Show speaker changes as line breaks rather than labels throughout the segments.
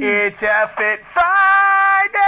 HF Fit Friday.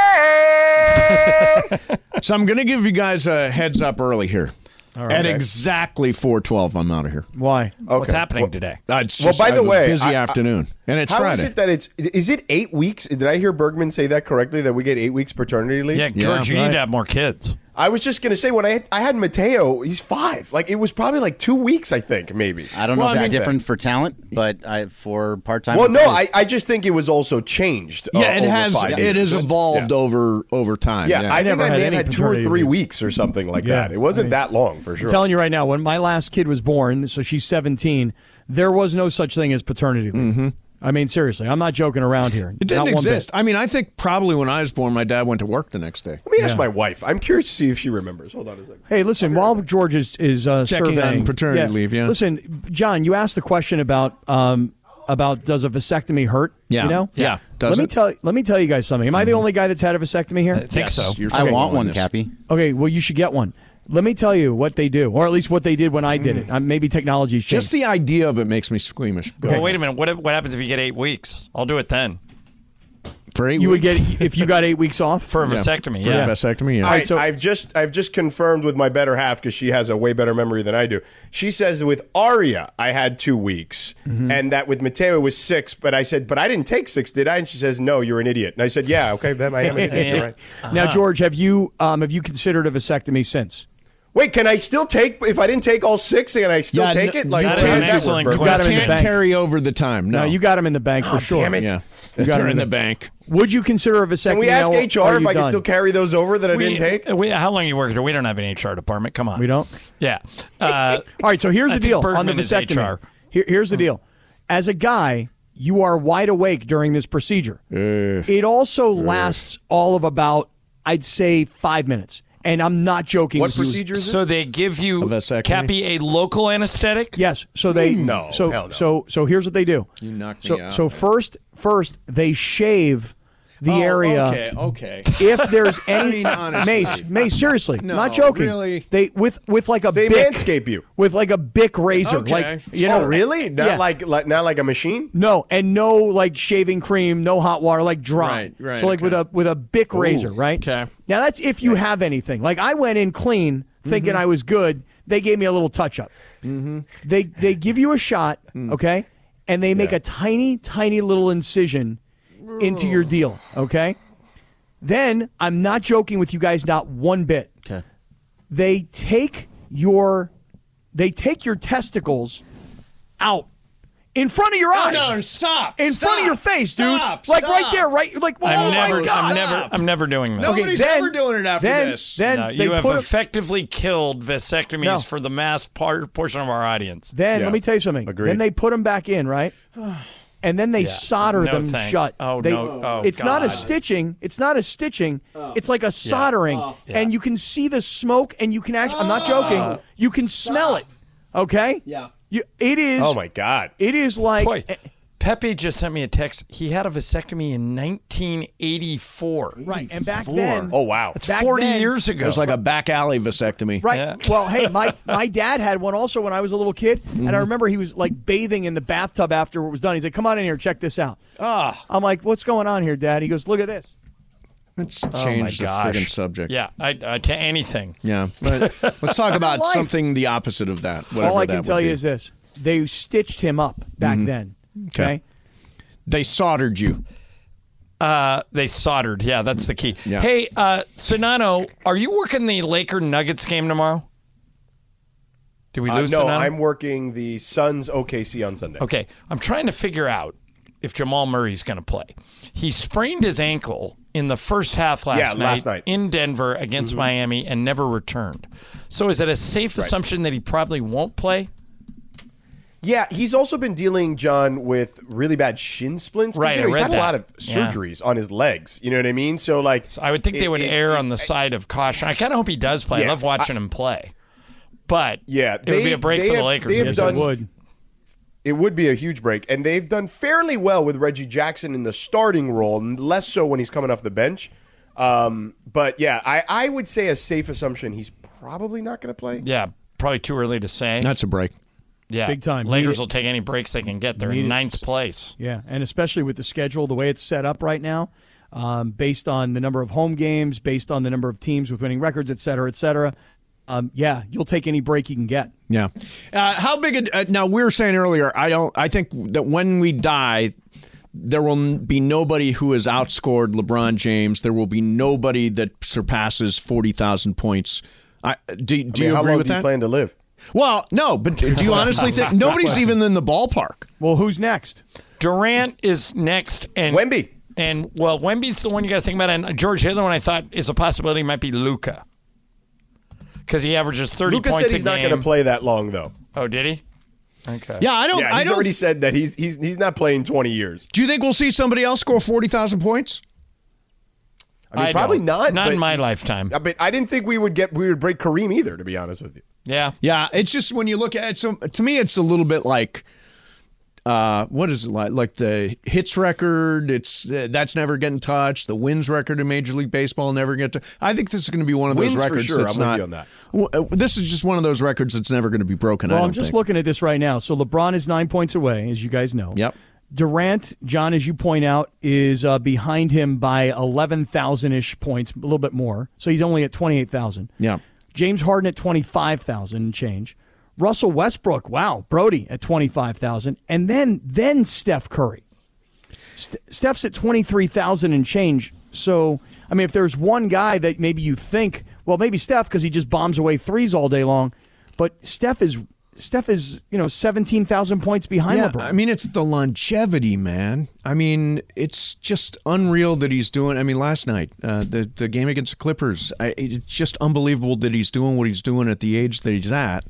So I'm going to give you guys a heads up early here. At exactly 4:12, I'm out of here.
Why?
What's happening today?
Uh, It's
Well,
just
by
I
the
have a
way,
busy
I- I-
afternoon, and it's
How is
Friday.
it that it's is it eight weeks? Did I hear Bergman say that correctly? That we get eight weeks paternity leave?
Yeah, George, you
right.
need to have more kids.
I was just gonna say when I I had Mateo, he's five. Like it was probably like two weeks, I think, maybe.
I don't know
Well,
if
I
it's
mean-
different for talent, but I, for part time.
Well, no, I, I just think it was also changed. uh,
yeah, it
over
has.
five
It
years.
has evolved over over time.
Yeah,
Yeah,
I,
never
think I
had
may have
any
had two or
paternity
three
leave.
weeks or something like
Yeah,
that. It wasn't that long for sure.
I'm telling you right now, when my last kid was born, so she's 17, there was no such thing as paternity leave. I mean, seriously, I'm not joking around here.
Mm-hmm. it didn't
Not one bit.
exist. I mean, I think probably when I was born, my dad went to work the next day.
Let me ask my wife. I'm curious to see if she remembers. Hold on a second.
Hey, listen, while George is, is uh,
Checking on
surveying-
paternity leave, yeah.
Listen, John, you asked the question about um, about does a vasectomy hurt?
Yeah.
You know?
Yeah.
Let
Does
me
it? Mm-hmm. Uh,
tell let me tell you guys something. Am I the only guy that's had a vasectomy here?
I think so.
You're
I
so
want
on
one,
this.
Cappy.
Okay, well you should get one. Let me tell you what they do, or at least what they did when I did it. Uh, maybe technology's changed.
Mm. Just the idea of it makes me squeamish.
Well, wait a minute. What, what happens if you get eight weeks? I'll do it then
For eight
you would
weeks
get Oh, if you got eight weeks off.
for a
Yeah.
vasectomy.
for a
Yeah.
vasectomy. Yeah.
All right,
so-
I've just I've just confirmed with my better half because she has a way better memory than I do. She says with Aria I had two weeks, and that with Mateo was six. But I said, but I didn't take six, did I? And she says, no, you're an idiot. And I said, yeah, okay, then I am an idiot. You're right.
Now, George, have you um, have you considered a vasectomy since?
Wait, can I still take if I didn't take all six? Can I still
Yeah,
take
no-
it? Like,
you
how
can't.
does
That is an
work,
excellent
Bert?
question. got him in the
Can't
bank.
carry over the time. No,
No, you got him in the bank for sure.
Oh, damn it.
Yeah,
You got
they're
it
in
in
the
the-
bank.
Would you consider a vasectomy?
Can we ask
now, or
HR
are
if
you
I can
done?
still carry those over that I
We- uh,
didn't take?
we- how long you working? here? We don't have an HR department. Come on.
We don't.
Yeah. Uh,
All right, so here's
I
the
think
deal on the
Bergman is
vasectomy.
HR.
Here, here's
Hmm.
the deal. As a guy, you are wide awake during this procedure. It also lasts all of about, I'd say, five minutes. And I'm not joking.
What
with you.
procedure is
so
this?
they give you
A vasectomy?
Cappy a local anesthetic.
Yes. So they
No,
So
hell no.
so so here's what they do.
You knocked me
so,
out,
So
man.
first first they shave the
Oh,
area.
Okay, okay.
If there's any
mean, honestly.
Mace, Mace, seriously,
No,
not joking.
really.
They with with like a
They
Bic-
manscape you.
with like a bic razor,
Okay.
like you know,
oh, really? Not
Yeah.
like, like not like a machine.
No, and no like shaving cream, no hot water, like dry.
Right, right,
so like with
okay.
a with a bic razor, right?
okay.
Now that's if you have anything. Like I went in clean, thinking
Mm-hmm.
I was good. They gave me a little touch up. They they give you a shot,
Mm.
okay, and they make a tiny, tiny little incision into your deal, okay. Then I'm not joking with you guys, not one bit.
Okay.
They take your they take your testicles out in front of your eyes
stop!
in front of your face, dude. like right there, right? Like, oh
I'm
my
never.
god!
I'm never. I'm never doing this.
Okay, Nobody's
then-
ever doing it after
then,
this.
Then
No,
they
you have
put a-
effectively killed vasectomies
No.
for the mass part, portion of our audience.
then
Yeah.
let me tell you something.
Agreed.
Then they put them back in, right? And then they solder
No
them
thanks.
shut.
Oh,
They-
no. Oh,
it's not a
God.
stitching. It's not a stitching.
Oh.
It's like a soldering, and you can see the smoke, and you can actually. I'm not
Oh.
joking. You can smell it. Okay. Yeah. You, it is.
Oh my god!
It is like. eh,
Boy, Pepe just sent me a text. He had a vasectomy in 1984.
Right, and back then-
Oh wow!
It's
Back
40
then-
years ago.
It was like a back alley vasectomy.
Right.
Yeah.
Well, hey, my my dad had one also when I was a little kid, and
Mm-hmm.
I remember he was like bathing in the bathtub after it was done. He's like, "Come on in here, check this out."
Oh.
Ah. I'm like, "What's going on here, Dad?" He goes, "Look at this."
Let's
oh my
change the
gosh.
friggin' subject.
Yeah, I, uh, to anything.
Yeah, but let's talk about
Life.
something the opposite of that. Whatever
All I
that
can
would
tell
be. Mm-hmm.
you is this: they stitched him up back then. Okay.
Okay. they soldered you.
Uh, they soldered. Yeah, that's the key.
Yeah.
Hey, uh, Sonano, are you working the Laker Nuggets game tomorrow? Did we
Uh,
lose
no,
Sonano?
I'm working the Suns OKC on Sunday.
Okay, I'm trying to figure out if Jamal Murray's going to play. He sprained his ankle in the first half last,
Yeah,
night,
last night. Mm-hmm.
in Denver against Miami and never returned. So is it a safe assumption that he probably won't play?
Yeah, he's also been dealing, John, with really bad shin splints. 'cause,
Right,
you
I
know, he's
read
had
that.
a lot of
Yeah.
surgeries on his legs. You know what I mean? So like,
I would think
it-
they would
it-
err
it-
on the side of caution. I kind of hope he does play. I
Yeah,
love watching him play. But
Yeah,
it would be
they-
a break
they
for the
have-
Lakers.
they have
if he
Yes, I
done-
does.
would.
It would be a huge break, and they've done fairly well with Reggie Jackson in the starting role, and less so when he's coming off the bench. Um, but yeah, I, I would say a safe assumption he's probably not going to play.
yeah, probably too early to say.
That's a break.
Yeah,
Big time.
Lakers
Need
will take any breaks they can get. They're
Need it.
in ninth place.
Yeah, and especially with the schedule, the way it's set up right now, um, based on the number of home games, based on the number of teams with winning records, et cetera, et cetera. Um, yeah, you'll take any break you can get.
Yeah. Uh, how big? A, uh, now we were saying earlier. I don't. I think that when we die, there will n- be nobody who has outscored LeBron James. There will be nobody that surpasses forty thousand points. I, do do
I mean,
you
how
agree
long
with
do you
that?
plan to live?
Well, no, but do you honestly think nobody's even in the ballpark?
Well, who's next?
Durant is next, and
Wemby.
and well, Wemby's the one you got to think about. And George, the other one I thought is a possibility might be Luca, because he averages thirty
Luca
points
said he's
a
not
game.
going to play that long though.
Oh, did he? Okay.
Yeah, I don't.
Yeah,
I
he's
don't.
already said that he's he's he's not playing 20 years.
do you think we'll see somebody else score forty thousand points?
I mean, probably
don't.
not.
Not
but,
in my lifetime.
I mean, I didn't think we would get we would break Kareem either. To be honest with you,
Yeah.
Yeah, it's just when you look at it, some to me, it's a little bit like, uh, what is it like? Like the hits record, it's uh, that's never getting touched. The wins record in Major League Baseball never get to. I think this is going to be one of those
Wins for
records
sure,
that's
I'm with
not.
you on that.
W- uh, this is just one of those records that's never going to be broken. I
Well,
don't
I'm just
think.
looking at this right now. So LeBron is nine points away, as you guys know.
Yep.
Durant, John, as you point out, is uh, behind him by 11,000 ish points, a little bit more. So he's only at 28,000.
Yeah.
James Harden at 25,000 and change. Russell Westbrook, wow. Brody at 25,000. And then then Steph Curry. St- Steph's at 23,000 and change. So, I mean, if there's one guy that maybe you think, well, maybe Steph because he just bombs away threes all day long, but Steph is Steph is, you know, 17,000 points behind
Yeah,
LeBron.
I mean, it's the longevity, man. I mean, it's just unreal that he's doing. I mean, last night, uh, the the game against the Clippers, I, it's just unbelievable that he's doing what he's doing at the age that he's at.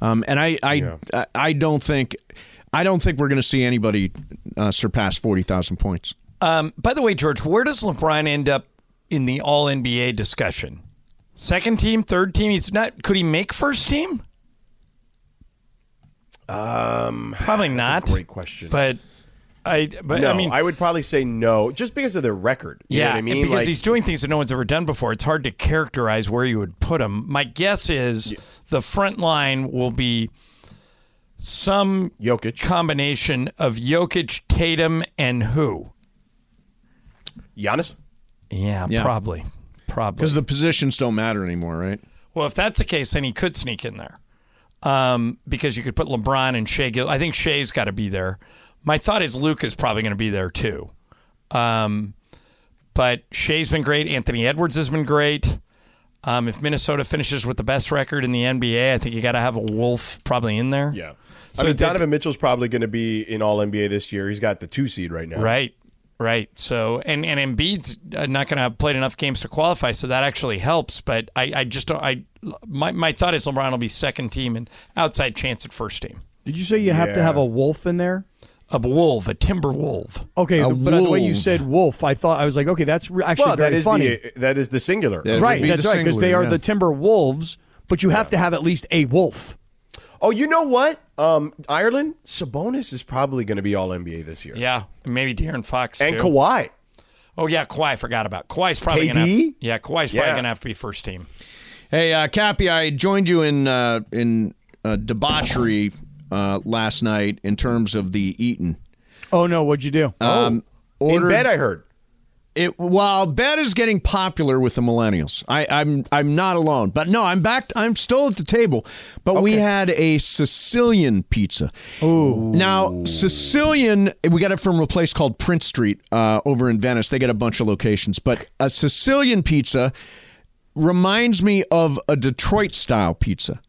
Um, and I, I, I, I don't think, I don't think we're going to see anybody uh, surpass forty thousand points.
Um, by the way, George, where does LeBron end up in the All NBA discussion? Second team, third team. He's not. Could he make first team? Um, probably not.
great question.
But I. But
no,
I mean,
would probably say no, just because of their record. You know
yeah,
what I mean,
because
Like-
he's doing things that no one's ever done before. It's hard to characterize where you would put him. My guess is the front line will be some
Jokic.
combination of Jokic, Tatum, and who?
Giannis.
Yeah,
Yeah.
probably, probably.
Because the positions don't matter anymore, right?
Well, if that's the case, then he could sneak in there um, because you could put LeBron and Shea. Gil- I think Shea's got to be there. My thought is Luke is probably going to be there too. Um, but Shea's been great. Anthony Edwards has been great. Um, if Minnesota finishes with the best record in the NBA, I think you got to have a Wolf probably in there.
Yeah.
So
I mean,
they-
Donovan Mitchell's probably going to be in All NBA this year. He's got the two seed right now.
Right. Right. So, and and Embiid's uh, not going to have played enough games to qualify, so that actually helps. But I, I just don't. I my my thought is LeBron will be second team and outside chance at first team.
Did you say you have to have a wolf in there?
A wolf, a timber wolf.
Okay,
A
the- but the way you
wolf.
said wolf, I thought I was like, okay, that's re- actually
Well,
very
that is
funny.
the that is the singular.
Yeah. It would
right,
be
that's
the
right, because they
singular,
are
yeah.
the timber wolves, but you have to have at least a wolf.
Oh, you know what? Um, Ireland Sabonis is probably going to be All NBA this year.
Yeah, and maybe De'Aaron Fox
And
too.
Kawhi.
Oh yeah, Kawhi. I Forgot about Kawhi's probably gonna.
KD?
Have, yeah, Kawhi's probably
Yeah.
gonna have to be first team.
Hey, uh, Cappy, I joined you in uh, in uh, debauchery uh, last night in terms of the Eaton.
Oh no, what'd you do?
Um, ordered-
In bed, I heard.
It, well, bed is getting popular with the millennials. I, I'm I'm not alone, but no, I'm back. I'm still at the table. But we had a Sicilian pizza. Ooh. Now Sicilian, we got it from a place called Prince Street uh, over in Venice. They got a bunch of locations, but a Sicilian pizza reminds me of a Detroit style pizza.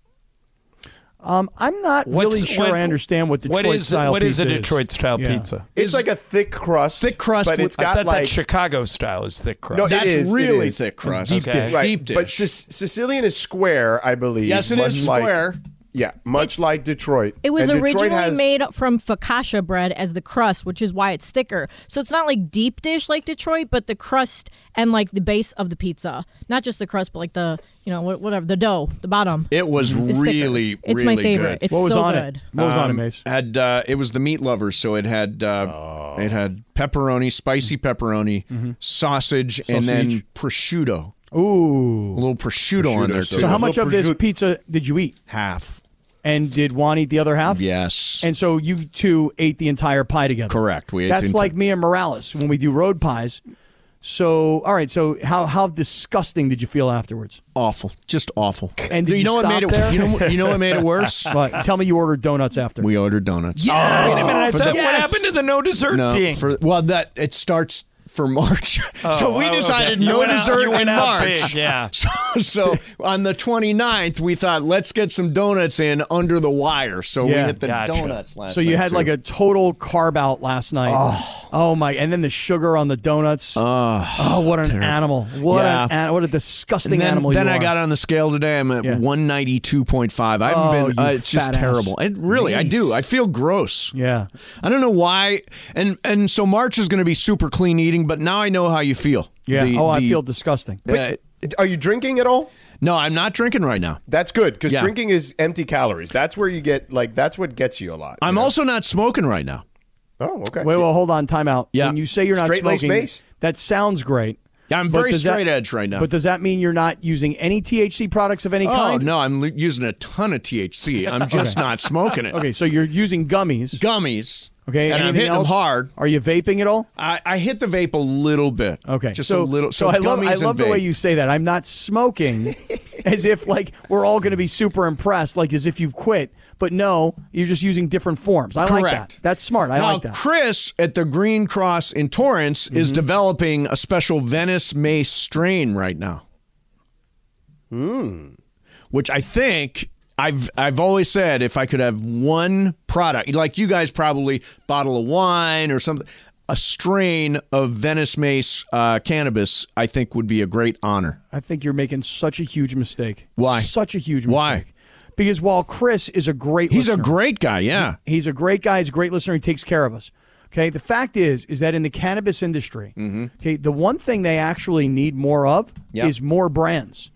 um, I'm not
What's-
really sure
what-
I understand what Detroit
what is
style
what is a
pizza
Detroit style
Yeah.
pizza?
It's like a thick crust.
Thick crust
but
with-
it's
I
got
thought
like
that Chicago style is thick crust.
No, it
That's
is, it
really
is.
thick crust.
deep
Okay. dish.
right,
Deep dish.
But Sic- Sicilian is square, I believe.
Yes, it
much
is
like-
square.
yeah, much
It's-
like Detroit.
It was
And Detroit
originally
has-
made from focaccia bread as the crust, which is why it's thicker. So it's not like deep dish like Detroit, but the crust and like the base of the pizza. Not just the crust, but like the, you know, wha- whatever, the dough, the bottom.
it was
It's thicker.
really,
It's my
really
favorite.
good.
It's
What was
so
on
good.
it? What was on it,
Um,
Mace?
Had uh, it was the meat lovers, so it had uh, it had pepperoni, spicy pepperoni, sausage, and then
Sausage.
prosciutto.
Ooh.
A little prosciutto, on there too.
So how
Little
much of this
prosciutto.
pizza did you eat?
Half.
And did Juan eat the other half?
Yes.
And so you two ate the entire pie together.
Correct. We ate
That's
into-
like me and Morales when we do road pies. So, all right. So, how how disgusting did you feel afterwards?
awful, just awful.
And did
you,
you
know what
stop
made it?
there?
You know, what- you know what made it worse?
But tell me you ordered donuts after.
we ordered donuts. Oh,
Wait a minute, I
For
thought-
the-
what happened to the no dessert
No,
ding?
for, well, that it starts for March, so we
oh,
decided
okay. You
no
went out-
dessert
you went
in
out
March.
big, yeah.
So, so on the 29th, we thought let's get some donuts in under the wire. So we
Yeah,
hit the
gotcha.
donuts last.
so you
night,
had
too. Ah.
like a total carb out last night. Oh, my! And then the sugar on the donuts. Oh, what an animal! What an
Yeah.
an, what a disgusting
And then,
animal!
then
you
I
are.
got on the scale today. I'm at
Yeah.
192.5. I haven't
Oh,
been.
you
Uh, it's just
fat ass.
terrible. It really, I do. I feel gross.
Yeah.
I don't know why. And and so March is going to be super clean eating, but now I know how you feel.
Yeah.
The-
oh, I
the-
feel disgusting.
uh,
Are you drinking at all?
no, I'm not drinking right now.
That's good because
Yeah.
drinking is empty calories. That's where you get like that's what gets you a lot.
I'm
you know?
also not smoking right now.
Oh, okay.
Wait, well, hold on, time out.
Yeah.
When you say you're not
Straight-laced
smoking,
base?
that sounds great.
Yeah, I'm
But
very
does that-
straight edge right now.
But does that mean you're not using any THC products of any
oh
kind?
no, I'm l- using a ton of THC. I'm just not smoking it.
Okay, so you're using gummies.
Gummies.
Okay,
and I'm
anything
hitting
else?
them hard.
Are you vaping at all?
I, I hit the vape a little bit.
Okay,
just a
so,
little.
So, I love
gummies
I
and
love the way
vape.
you say that. I'm not smoking, as if like we're all going to be super impressed, like as if you've quit. But no, you're just using different forms. I like that.
Correct.
That's smart. I
now,
like that. Mm-hmm.
Chris at the Green Cross in Torrance is developing a special Venice May strain right now.
Mm.
Which I think I've I've always said if I could have one product, like you guys probably bottle of wine or something, a strain of Venice Mace uh, cannabis, I think would be a great honor.
I think you're making such a huge mistake.
Why?
Such a huge mistake.
Why?
Because while Chris is a great
He's a
listener-
great guy, yeah.
He's a great guy. He's a great listener. He takes care of us. Okay. The fact is, is that in the cannabis industry,
Mm-hmm.
okay, the one thing they actually need more of
Yeah.
is more brands.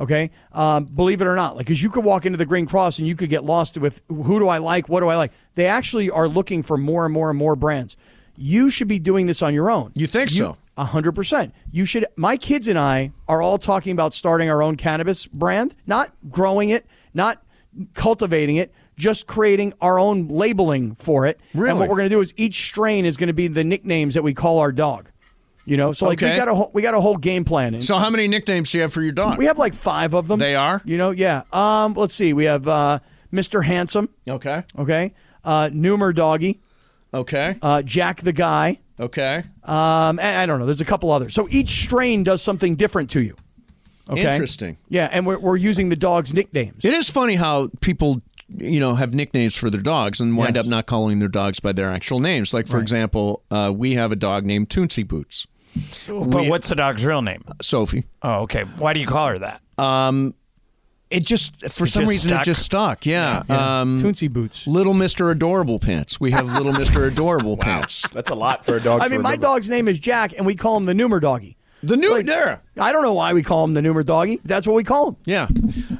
Okay. Um, believe it or not, like, because you could walk into the Green Cross and you could get lost with who do I like? What do I like? They actually are looking for more and more and more brands. You should be doing this on your own.
You think so?
A hundred percent. You should. My kids and I are all talking about starting our own cannabis brand, not growing it, not cultivating it, just creating our own labeling for it. And
Really?
what we're going to do is each strain is going to be the nicknames that we call our dog. You know, so like we
Okay.
got a whole, we got a whole game plan. And
So how many nicknames do you have for your dog?
we have like five of them.
They are?
You know, yeah. Um, let's see. We have uh, Mr. Handsome.
okay.
Okay. Uh, Numer Doggy.
Okay.
Uh, Jack the Guy.
Okay.
Um, and I don't know. There's a couple others. So each strain does something different to you. Okay.
Interesting.
Yeah, and we're, we're using the dog's nicknames.
It is funny how people, you know, have nicknames for their dogs and wind
Yes.
up not calling their dogs by their actual names. Like, for example, uh, we have a dog named Tootsie Boots,
But what's the dog's real name?
Sophie.
Oh, okay. Why do you call her that?
It just, for some
just
reason,
stuck?
it just stuck. Yeah. Um,
Tootsie Boots.
Little Mr. Adorable Pants. We have Little Mr. Adorable Pants.
that's a lot for a dog.
I
to
mean, my
remember.
dog's name is Jack, and we call him the Numer Doggy.
The new era.
I don't know why we call him the Numer Doggy. That's what we call him.
Yeah.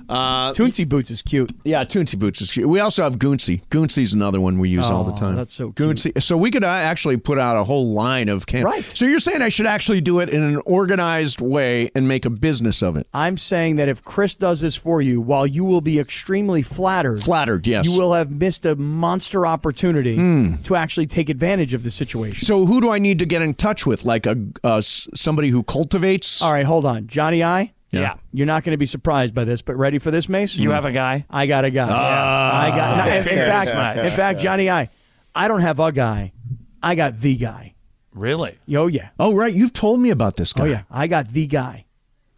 Uh,
Tootsie Boots is cute.
yeah, Tootsie Boots is cute. We also have Goonsy. Goonsy's another one we use all the
Aw,
time.
that's so cute.
Goonsy. So we could uh, actually put out a whole line of camp.
Right.
So you're saying I should actually do it in an organized way and make a business of it.
I'm saying that if Chris does this for you, while you will be extremely flattered,
Flattered, yes. Hmm.
you will have missed a monster opportunity to actually take advantage of the situation.
So who do I need to get in touch with? Like a uh, s- somebody who cultivates.
All right, hold on. Johnny I,
Yeah.
you're not going to be surprised by this, but ready for this, Mace?
You have a guy?
I got a guy. I got. in
fair.
fact,
Yeah.
in fact, Johnny, I, I don't have a guy. I got the guy.
Really?
Oh yeah.
Oh right, you've told me about this guy.
Oh yeah. I got the guy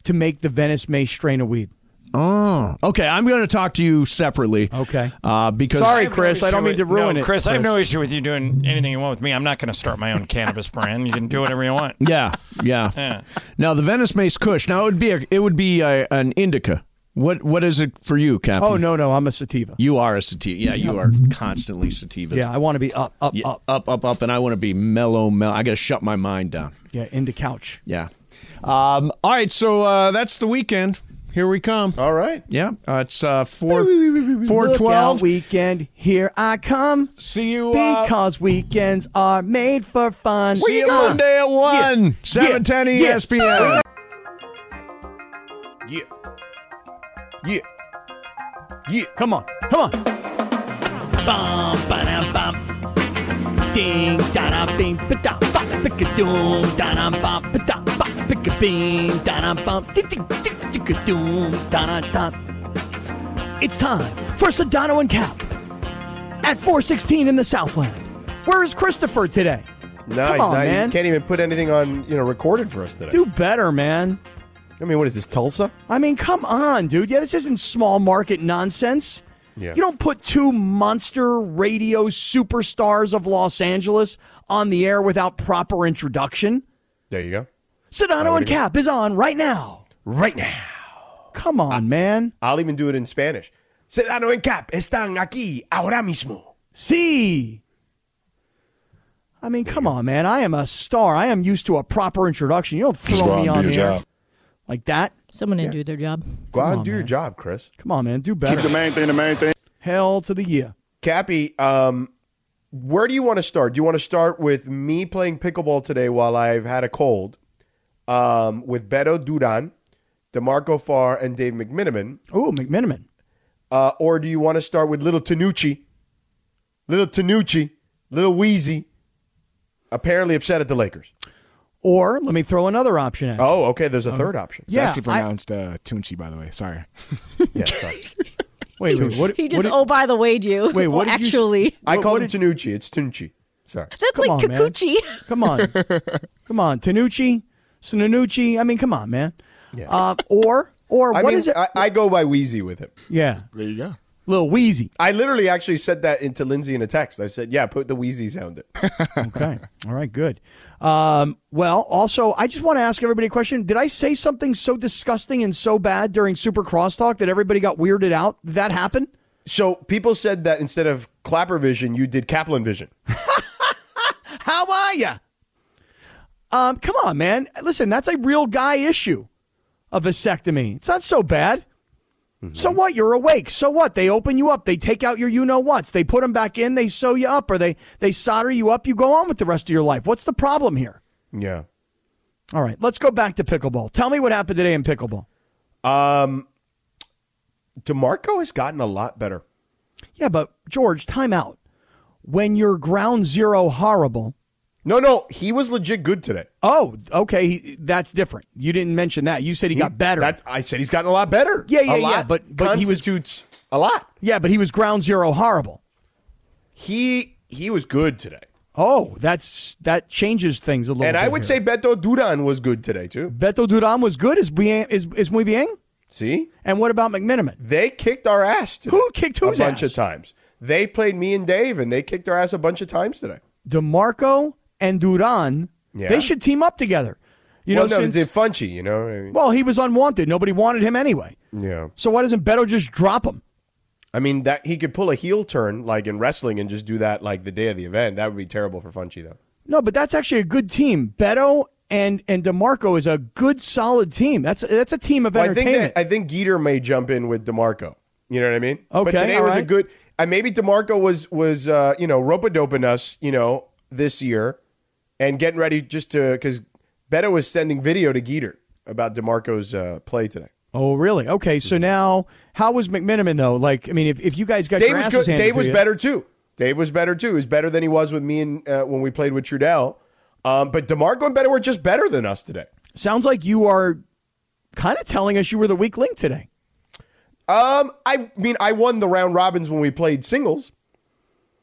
to make the Venice May strain of weed.
Oh. Okay, I'm going to talk to you separately.
Okay.
Uh, because
Sorry, Chris. I don't mean to ruin
no,
it.
Chris, I have no issue with you doing anything you want with me. I'm not going to start my own cannabis brand. You can do whatever you want.
Yeah, yeah.
Yeah.
Now the Venice Mace Kush. Now it would be a, it would be a, an indica. What what is it for you, Captain?
Oh no, no. I'm a sativa.
You are a sativa. Yeah, you are constantly sativa.
yeah, I want to be up, up,
Yeah,
up.
up, up, up, and I want to be mellow, mellow. I got to shut my mind down.
Yeah, into couch.
Yeah. Um, all right, so uh, that's the weekend. Here we come.
All right.
Yeah, uh, it's uh, four four
Look out,
twelve.
weekend. Here I come.
See you. Uh,
Because weekends are made for fun.
see you
Ah.
Monday at
Yeah.
one. Seven ten E
Yeah.
ESPN.
Yeah. Yeah. Yeah.
Come on. Come on. Bum, ba-dum, bum. Ding, da-dum, bing, ba-da, ba, pick-a-doom, da-dum, bum, ba-da, ba, pick-a-bing, da-dum, bum, tick, tick, tick, tick-a-doom, da-dum, dum. It's time for Sedano and Cap at 416 in the Southland. Where is Christopher today?
No,
Come
he's
on,
not,
man.
He can't even put anything on, you know, recorded for us today.
Do better, man.
I mean, what is this, Tulsa?
I mean, come on, dude. Yeah, this isn't small market nonsense.
Yeah.
You don't put two monster radio superstars of Los Angeles on the air without proper introduction.
There you go.
Sedano and Cap is on right now.
Right now.
Come on, man.
I'll even do it in Spanish. Sedano en cap están aquí ahora mismo.
See. I mean, come on, man. I am a star. I am used to a proper introduction. You don't throw me on the air like that.
Someone didn't do their job.
Go out and do your job, Chris.
Come on, man. Do better. Keep the main thing the main thing. Hell to the yeah.
Cappy, um, where do you want to start? Do you want to start with me playing pickleball today while I've had a cold um, with Beto Duran, DeMarco Farr, and Dave McMiniman?
Oh, McMiniman.
Uh, or do you want to start with Little Tanucci? Little Tanucci, Little Wheezy, apparently upset at the Lakers.
Or let me throw another option at you.
Oh, okay. There's a third option.
It's
Um, Yeah,
actually
I-
pronounced uh, Tunchi, by the way. Sorry.
Yeah, sorry.
Wait, wait, what,
He
what
just,
did-
oh, by the way, you.
Wait, what
Well,
did you s-
actually,
I call it Tanucci. It's Tanucci. Sorry.
that's
Come
like
on, man.
Kikuchi.
Come on. come on. Tanucci, Sunanucci. I mean, come on, man. Uh, or, or
I
what is
mean,
it?
I, I go by Wheezy with him.
yeah.
There you go.
Little Wheezy.
I literally actually said that into Lindsay in a text. I said, "Yeah, put the Wheezy sound in."
Okay. All right. Good. Um, well, also, I just want to ask everybody a question. Did I say something so disgusting and so bad during Super Crosstalk that everybody got weirded out? Did that happen?
so people said that instead of Clapper Vision, you did Kaplan Vision.
How are you? Um, come on, man. Listen, that's a real guy issue. A vasectomy. It's not so bad. So what? You're awake. So what? They open you up. They take out your you know whats. They put them back in. They sew you up, or they they solder you up. You go on with the rest of your life. What's the problem here?
Yeah.
All right, let's go back to pickleball. Tell me what happened today in pickleball.
Demarco has gotten a lot better.
Yeah, but George, time out. When you're ground zero horrible.
No, no, he was legit good today.
Oh, okay. He, that's different. You didn't mention that. You said he, got better.
That I said he's gotten a lot better.
Yeah, yeah,
a
yeah,
lot
but- but he was-
constitutes a lot.
yeah, but he was ground zero horrible.
He he was good today,
Oh, that's that changes things a little.
and I
bit
would
here.
say Beto Duran was good today too.
Beto Duran was good. Is bien, is is muy bien?
See,
And what about McMiniman?
they kicked our ass. Today
Who kicked whose
a bunch
ass?
of times? They played me and Dave, and they kicked our ass a bunch of times today.
Demarco and Duran,
Yeah.
they should team up together. You
well,
know,
no,
since,
they did Funchy, you know. I mean,
well, he was unwanted. Nobody wanted him anyway.
yeah.
So why doesn't Beto just drop him?
I mean that he could pull a heel turn like in wrestling and just do that like the day of the event. That would be terrible for Funchy though.
No, but that's actually a good team. Beto and and Demarco is a good, solid team. That's that's a team of
Well, I think
entertainment.
that I think Geeter may jump in with Demarco. You know what I mean?
Okay,
but today
all
was a
right.
good. And maybe Demarco was was uh, you know rope doping us you know this year, and getting ready just to because Beto was sending video to Geeter about Demarco's uh, play today.
oh, really? Okay.
Hmm.
So now, how was McMiniman though? Like, I mean, if, if you guys got
Dave
your
was
asses
good.
handed
Dave
to
was
you-
better too. Dave was better too. He was better than he was with me and uh, when we played with Trudell. Um, but Demarco and Beto were just better than us today.
sounds like you are kind of telling us you were the weak link today.
Um, I mean, I won the round robins when we played singles.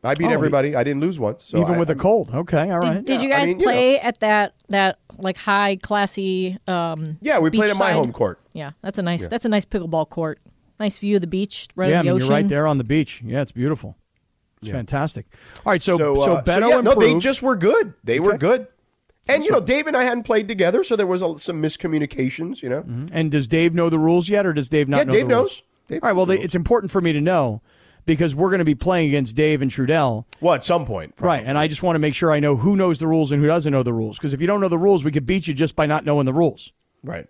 I beat
Oh,
everybody. I didn't lose once. So
Even
Oh, I-
with a cold. Okay, all right.
Did, did you
Yeah, I
guys
mean, you
play at that that like high classy? Um,
Yeah, we played at my
beachside?
home court.
Yeah, that's a nice that's a nice pickleball court. Nice view of the beach, right
yeah, I
of the
mean,
ocean.
you're right there on the beach. Yeah, it's beautiful. It's fantastic. All right, so so,
So, uh,
Beto
so, yeah, no,
improved.
they just were good. They were good. And you know, Dave and I hadn't played together, so there was a, some miscommunications. You know,
And does Dave know the rules yet, or does Dave not
Yeah,
know
Dave
the rules?
knows. Dave
All right, well,
knows the
they, it's important for me to know because we're going to be playing against Dave and Trudell.
well, at some point, probably.
Right, and I just want to make sure I know who knows the rules and who doesn't know the rules. Because if you don't know the rules, we could beat you just by not knowing the rules.
right.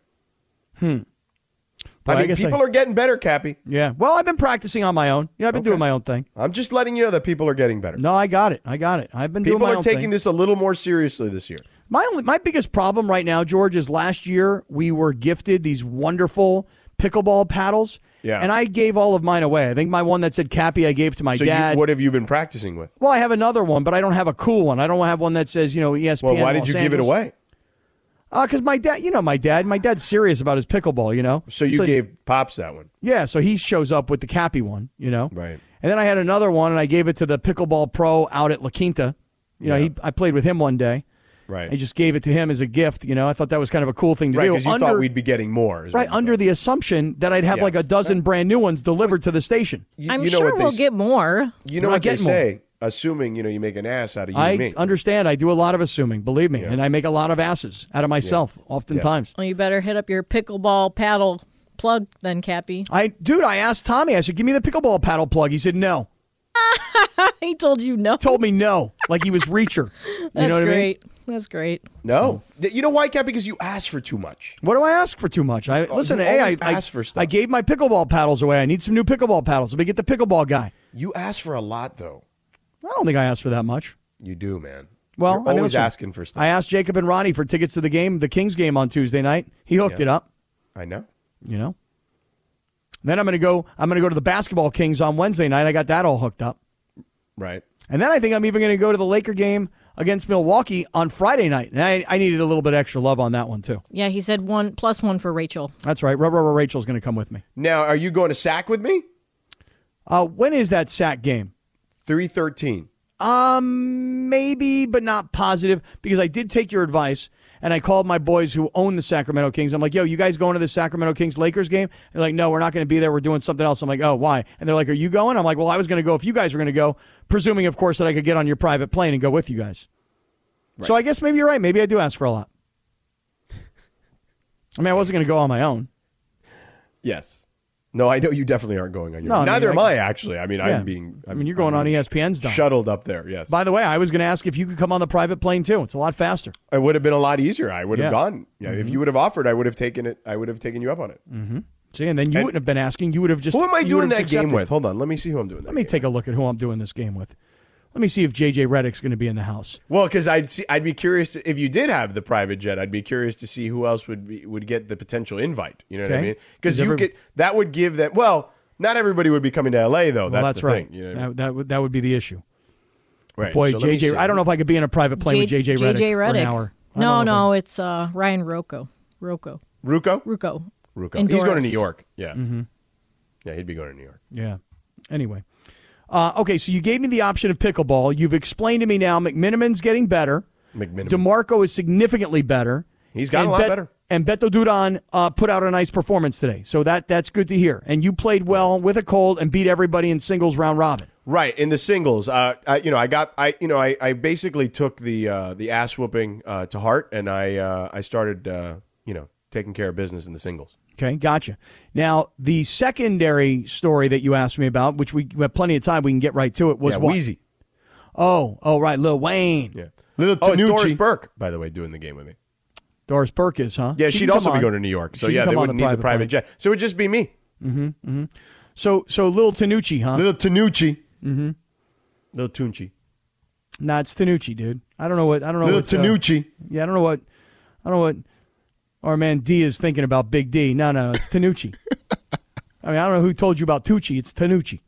But I
I mean,
guess I-
people are getting better, Cappy.
Yeah. Well, I've been practicing on my own. You know, I've been doing my own thing.
I'm just letting you know that people are getting better.
No, I got it. I got it. I've been
people
doing my
are
own
taking
thing.
this a little more seriously this year.
My only, my biggest problem right now, George, is last year we were gifted these wonderful pickleball paddles,
Yeah.
And I gave all of mine away. I think my one that said Cappy I gave to my
So
dad.
you, what have you been practicing with?
well, I have another one, but I don't have a cool one. I don't have one that says, you know, E ESPN.
Well, why did
Los
you give it
Angeles.
away?
Uh, cuz my dad, you know my dad, my dad's serious about his pickleball, you know.
So you
So-
gave Pops that one.
Yeah, so he shows up with the Cappy one, you know.
Right.
And then I had another one, and I gave it to the pickleball pro out at La Quinta. You know, he, I played with him one day.
Right.
I just gave it to him as a gift. You know, I thought that was kind of a cool thing to
Right,
do.
because you
under,
thought we'd be getting more. is what
right
you
under
thought.
the assumption that I'd have
Yeah.
like a dozen brand new ones delivered to the station.
You-
I'm
you know
sure
what they
we'll
s-
get more.
You know
We're not
what they
getting more.
say? Assuming you know you make an ass out of you
I
and me.
understand. I do a lot of assuming, believe me, and I make a lot of asses out of myself, oftentimes.
Well, you better hit up your pickleball paddle plug then, Cappy.
I, dude, I asked Tommy. I said, "Give me the pickleball paddle plug." He said, "No."
He told you no.
Told me no, like he was reacher. You
That's
know what I mean?
great. That's great.
no, Th- you know why, Cap? Because you asked for too much.
What do I ask for too much? I listen.
Oh, you
Hey, I,
always
I,
ask for stuff.
I gave my pickleball paddles away. I need some new pickleball paddles. Let me get the pickleball guy.
You asked for a lot, though.
I don't think I asked for that much.
You do, man.
Well,
You're
I mean,
always
listen,
asking for stuff.
I asked Jacob and Ronnie for tickets to the game, the Kings game on Tuesday night. He hooked it up.
I know.
You know. Then I'm gonna go. I'm gonna go to the basketball Kings on Wednesday night. I got that all hooked up.
Right.
And then I think I'm even gonna go to the Laker game against Milwaukee on Friday night. And I, I needed a little bit extra love on that one too.
Yeah, he said one plus one for Rachel.
That's right. Rubber Rubber Rachel's gonna come with me.
Now, are you going to sack with me?
Uh, when is that sack game?
Three thirteen.
Um, maybe, but not positive because I did take your advice and I called my boys who own the Sacramento Kings. I'm like, yo, you guys going to the Sacramento Kings Lakers game? They're like, no, we're not going to be there. We're doing something else. I'm like, oh, why? And they're like, are you going? I'm like, well, I was going to go if you guys were going to go, presuming, of course, that I could get on your private plane and go with you guys. So I guess maybe you're right. Maybe I do ask for a lot. I mean, I wasn't going to go on my own.
Yes. No, I know you definitely aren't going on your.
No, I mean,
Neither
I-
am I. Actually, I mean,
Yeah.
I'm being. I'm,
I mean, you're going
I'm
on E
being
ESPN's dime.
Shuttled up there. Yes.
By the way, I was going to ask if you could come on the private plane too. It's a lot faster.
it would have been a lot easier. I would have
Yeah. Mm-hmm.
gone. Yeah. If you would have offered, I would have taken it. I would have taken you up on it.
See, and then you
And-
wouldn't have been asking. You would have just.
Who am I
Mm-hmm. you would
doing
have
that
just
game
accepted.
with? Hold on. Let me see who I'm doing. That
Let me
game.
take a look at who I'm doing this game with. Let me see if JJ Reddick's going to be in the house.
Well, because I'd see, I'd be curious to, if you did have the private jet. I'd be curious to see who else would be, would get the potential invite. You know what I
Okay.
mean? Because
Is
you
every-
could that would give that. Well, not everybody would be coming to L.A. though.
Well,
that's
that's,
the
right.
Thing, you know what I mean?
that, that would that would be the issue.
Right,
Boy,
so let me see.
JJ, I don't know if I could be in a private plane with JJ Reddick
JJ
for
Redick.
an hour. I
No,
don't know
no, it's uh, Ryan Rocco. Rocco.
Ruco.
Ruco.
Ruco.
And
He's going to
Doris.
New York. Yeah.
Mm-hmm.
Yeah, he'd be going to New York.
if I- Yeah. Anyway, uh, okay. So you gave me the option of pickleball. You've explained to me now. McMiniman's getting better.
McMiniman.
Demarco is significantly better.
He's gotten
And
a lot
Bet-
better.
And Beto Duran uh, put out a nice performance today, so that that's good to hear. And you played well with a cold and beat everybody in singles round robin.
Right in the singles, uh, I, you know, I got, I, you know, I, I basically took the uh, the ass whooping uh, to heart, and I, uh, I started, uh, you know, taking care of business in the singles.
Okay, gotcha. Now, the secondary story that you asked me about, which we we have plenty of time, we can get right to it, was
yeah,
what?
Wheezy,
Oh, oh, right, Lil Wayne.
yeah,
Little
oh, and Doris
Tanucci.
Burke, by the way, doing the game with me.
Doris Burke is, huh?
Yeah,
She
she
can
would
come
also be
on.
going to New York, so
She can
yeah,
come
they
on
wouldn't need the private
plane.
jet. So it would just be me,
So, so Lil Tanucci, huh?
little Tanucci, mm-hmm. little Tunchi,
nah, it's Tanucci, dude. I don't know what I don't know.
little
what, uh,
Tanucci.
yeah, I don't know what I don't know what our man D is thinking about. Big D. No, no, it's Tanucci. I mean, I don't know who told you about Tucci. It's Tanucci.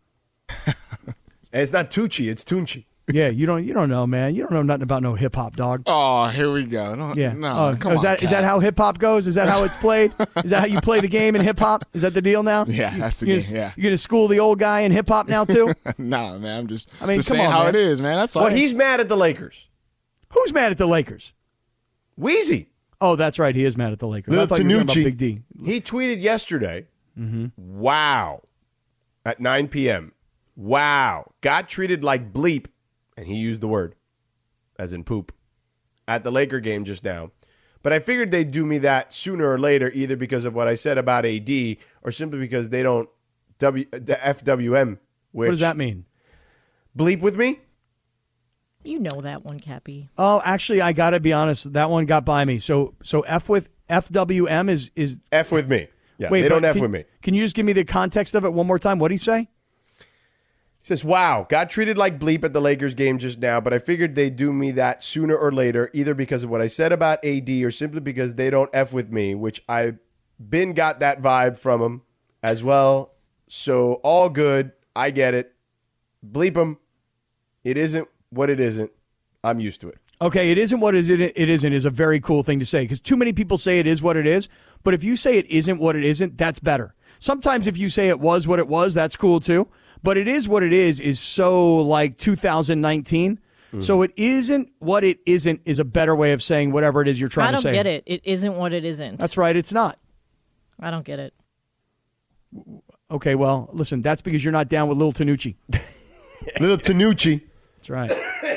And it's not Tucci, it's Tunchi.
Yeah, you don't you don't know, man. You don't know nothing about no hip hop, dog.
Oh, here we go. No,
Yeah.
no,
Oh,
come
is
on.
that is that
Kat.
how hip hop goes? Is that how it's played? is that how you play the game in hip hop? Is that the deal now?
Yeah,
You-
that's the
you
game,
Gonna,
yeah.
You're gonna school the old guy in hip hop now too.
nah, man. I'm just,
I mean,
just
come
saying
on,
how
man.
it is, man. That's all.
Well, he's mad at the Lakers.
Who's mad at the Lakers?
Wheezy,
Oh, that's right. He is mad at the Lakers. I
Little
thought you were talking
Uh, Tanucci.
about Big D.
He tweeted yesterday, wow, at 9 p.m. Wow, got treated like bleep, and he used the word as in poop at the Laker game just now. But I figured they'd do me that sooner or later, either because of what I said about AD or simply because they don't w- the FWM. Which
What does that mean?
Bleep with me?
You know that one, Cappy.
Oh, actually, I gotta be honest. That one got by me. So so F with FWM is is.
F with me. Yeah,
wait,
they don't
but
F
can,
with me.
Can you just give me the context of it one more time? What would he say?
He says, Wow, got treated like bleep at the Lakers game just now, but I figured they'd do me that sooner or later, either because of what I said about AD or simply because they don't F with me, which I've been got that vibe from them, as well So all good. I get it. Bleep them. It isn't what it isn't. I'm used to it.
Okay, it isn't what is it, it isn't is a very cool thing to say because too many people say it is what it is. But if you say it isn't what it isn't, that's better. Sometimes if you say it was what it was, that's cool too. But it is what it is is so like 2019.
Mm.
So it isn't what it isn't is a better way of saying whatever it is you're trying
I
to
don't
say.
get it. It isn't what it isn't.
That's right. It's not.
I don't get it.
Okay, well, listen, that's because you're not down with Lil Tanucci.
Little Tanucci.
That's right. Oh.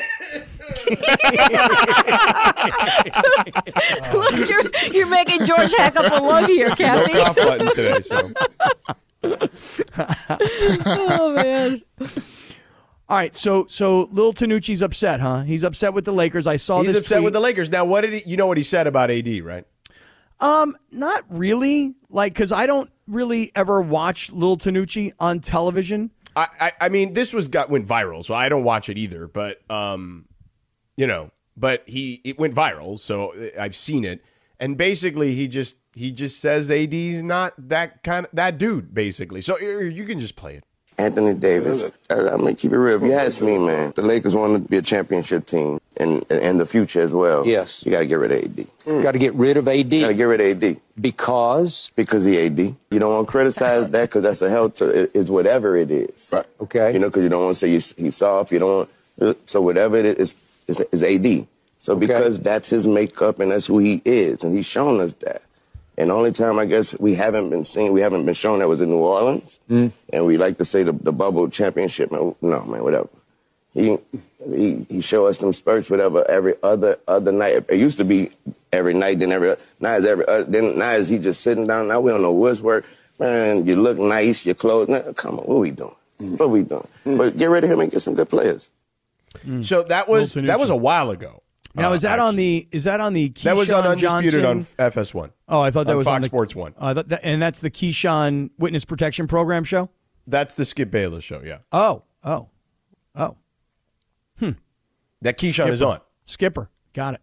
Look, you're, you're making George hack up a lug here,
No
Kathy.
cough button today. So
oh man.
All right, so so Lil Tanucci's upset, huh? He's upset with the Lakers. I saw
he's
this.
upset
tweet.
with the Lakers. Now, what did he? You know what he said about AD, right?
Not really, like because I don't really ever watch Lil Tanucci on television.
I, I, I mean, this was got went viral, so I don't watch it either. But um, you know, but he it went viral, so I've seen it. And basically, he just he just says AD's not that kind of that dude. Basically, so you you can just play it.
Anthony Davis. I, I'm gonna keep it real. If you ask me, man, the Lakers want to be a championship team and in the future as well.
Yes.
you gotta get rid of AD. You
Got to get rid of AD
gotta get rid of AD
because
because he AD. You don't want to criticize that because that's a health. To, it, it's whatever it is. Right.
Okay.
You know, because you don't want to say he's, he's soft. You don't want so whatever it is is, is AD. So because that's his makeup and that's who he is, and he's shown us that. And the only time I guess we haven't been seen, we haven't been shown that was in New Orleans, and we like to say the, the bubble championship. Man, no, man, whatever. He he he show us them spurts, whatever. Every other other night, it used to be every night. Then every now is every other, then now is he just sitting down. Now we don't know what's work. Man, you look nice, your clothes. Nah, come on, what we doing? What we doing? But get rid of him and get some good players.
So that was
Hmm. Wilson
that was
Nucci.
a while ago.
Now
Uh,
is that on
actually.
the is that on the Keyshawn
that was on undisputed
Johnson?
on FS1?
oh, I thought that
on
was
Fox
on the,
Sports One.
Uh, th- th- and that's the Keyshawn Witness Protection Program show.
That's the Skip Bayless show. Yeah,
Oh, oh,
that Keyshawn is on.
Skipper, got it.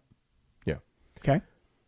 Yeah.
Okay,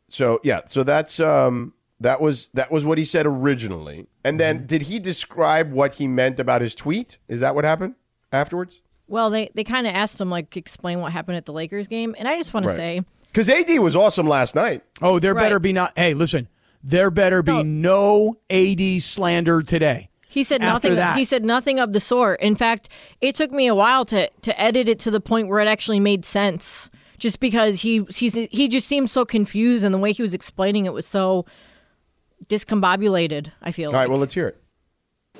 So yeah, so that's um that was that was what he said originally. And
Mm-hmm.
then did he describe what he meant about his tweet? Is that what happened afterwards?
Well, they they kind of asked him like explain what happened at the Lakers game, and I just want to say
Cuz AD was awesome last night.
Oh, there
Right.
better be not. Hey, listen, there better be no AD slander today.
He said
After
nothing.
that.
He said nothing of the sort. In fact, it took me a while to to edit it to the point where it actually made sense. Just because he he's, he just seemed so confused, and the way he was explaining it was so discombobulated. I feel
All right,
like.
well let's hear it.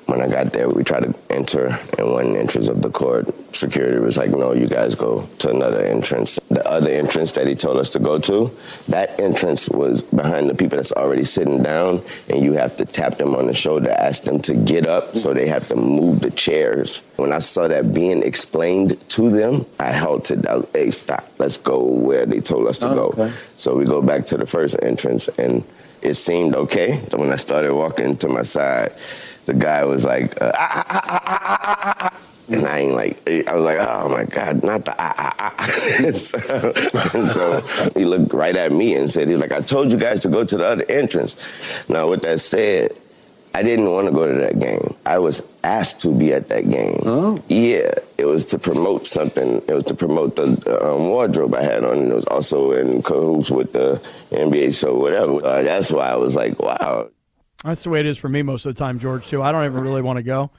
When I got there, we tried to enter, and one entrance of the court, security was like, "No, you guys go to another entrance." The other entrance that he told us to go to, that entrance was behind the people that's already sitting down, and you have to tap them on the shoulder, ask them to get up, so they have to move the chairs. When I saw that being explained to them, I halted out. Hey, stop! Let's go where they told us to go. So we go back to the first entrance, and it seemed okay. So when I started walking to my side, the guy was like, uh, ah, ah, ah, ah, ah, ah, ah, ah. and I ain't like, I was like, oh my God, not the ah, ah, ah, ah. so, and so he looked right at me and said, he's like, I told you guys to go to the other entrance. Now, with that said, I didn't want to go to that game. I was asked to be at that game. Yeah, it was to promote something. It was to promote the, the um, wardrobe I had on. And it was also in cahoots with the NBA, so whatever. Uh, that's why I was like, wow.
That's the way it is for me most of the time, George. Too. I don't even really want to go.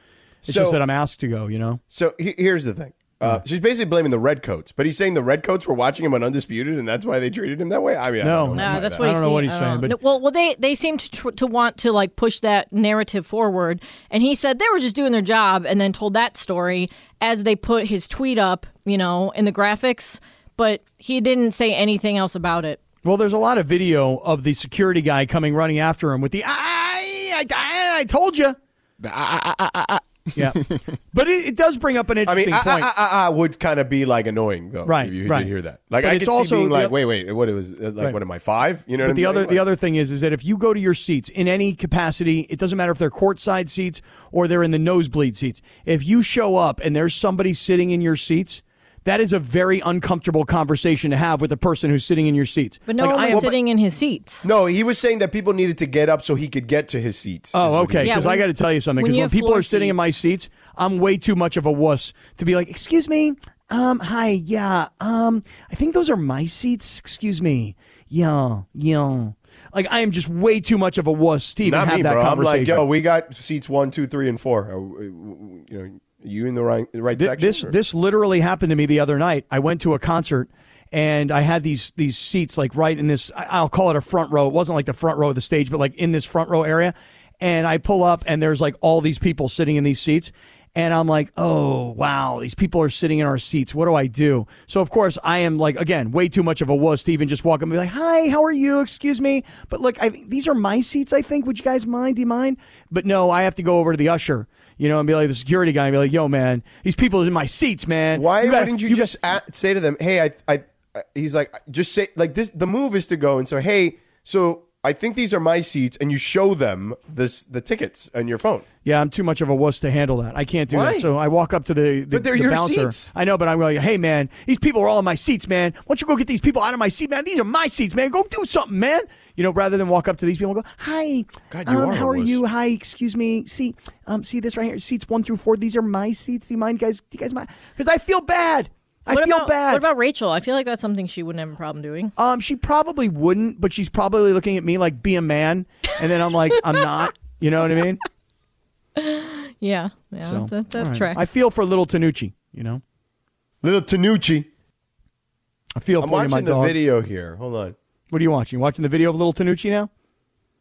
It's
So-
just that I'm asked to go. You know.
So he- here's the thing.
Mm.
Uh, she's basically blaming the redcoats, but he's saying the redcoats were watching him on Undisputed, and that's why they treated him that way. I mean, I
No.
don't know.
No, Uh, that's
that.
what
I
he
don't know
seemed-
what he's
I don't
saying,
know.
but-
No, well, well, they they seem to tr- to want to like push that narrative forward, and he said they were just doing their job, and then told that story as they put his tweet up, you know, in the graphics, but he didn't say anything else about it.
Well, there's a lot of video of the security guy coming running after him with the I I, I, I told you. Yeah, but it, it does bring up an
I mean,
interesting
ah, ah,
point.
ah, ah, ah would kind of be like annoying though.
Right,
if you
right.
Did hear that? Like
But
I
it's
could see
also
being
the
like,
oth-
wait, wait, what it was uh, like?
Right.
What am I five? You know. what
But
I'm
the
saying?
other
Like-
the other thing is is that if you go to your seats in any capacity, it doesn't matter if they're courtside seats or they're in the nosebleed seats. If you show up and there's somebody sitting in your seats, That is a very uncomfortable conversation to have with a person who's sitting in your seats.
But no
Like, I
one
am-
was sitting in his seats.
No, he was saying that people needed to get up so he could get to his seats.
Oh, okay.
Yeah,
Because I
when-
got to tell you something.
when
Because
you
when,
have
people
floor
are sitting in my seats, I'm way too much of a wuss to be like, "Excuse me, um, hi, yeah, um, I think those are my seats. Excuse me, yeah, yeah." Like I am just way too much of a wuss to even
Not
have
me,
that
bro. I'm like,
conversation.
yo, we got seats one, two, three, and four. Are we- you know, you in the right, right
Th-
section?
this
or-
this literally happened to me the other night. I went to a concert and I had these these seats like right in this. I- I'll call it a front row. It wasn't like the front row of the stage, but like in this front row area. And I pull up and there's like all these people sitting in these seats. And I'm like, oh wow, these people are sitting in our seats. What do I do? So of course I am like, again, way too much of a wuss to even just walk up and be like, "Hi, how are you? Excuse me, but look, I think these are my seats. I think. Would you guys mind? Do you mind?" But no, I have to go over to the usher, you know, and be like the security guy, and be like, "Yo, man, these people are in my seats, man.
Why
gotta-
wouldn't you,
got-
just a say to them, "Hey, I, I," I- he's like, just say like this. The move is to go and say, "Hey, so I think these are my seats," and you show them this the tickets on your phone.
Yeah, I'm too much of a wuss to handle that. I can't do
Why?
that. So I walk up to the, the,
But they're
the
your
bouncer.
seats.
I know, but I'm like, hey man, these people are all in my seats, man. Why don't you go get these people out of my seat, man? These are my seats, man. Go do something, man. You know, rather than walk up to these people and go, hi,
God, you
um,
are a
how are
wuss.
you? Hi, excuse me. See, um, see this right here, seats one through four. These are my seats. Do you mind, guys? Do you guys mind? Because I feel bad. I
What
feel
about,
bad.
What about Rachel? I feel like that's something she wouldn't have a problem doing.
Um, she probably wouldn't, but she's probably looking at me like, be a man, and then I'm like, I'm not. You know what I mean?
Yeah, yeah, that, that tracks.
I feel for little Tanucci. You know,
Little Tanucci.
I feel
I'm
for you, my
watching the
dog.
video here. Hold on.
What are you watching? You watching the video of Little Tanucci now?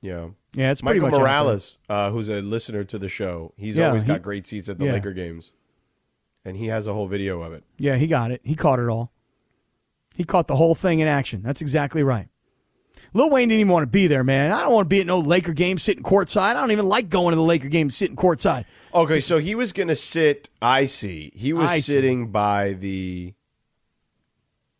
Yeah.
Yeah, it's pretty
Michael
much out there.
Morales, uh, who's a listener to the show. He's
Yeah,
always got
he-
great seats at the
yeah.
Laker games, and he has a whole video of it.
Yeah, he got it. He caught it all. He caught the whole thing in action. That's exactly right. Lil Wayne didn't even want to be there, man. I don't want to be at no Laker game sitting courtside. I don't even like going to the Laker game sitting courtside.
Okay, so he was gonna sit. I see. He was
I see.
sitting by the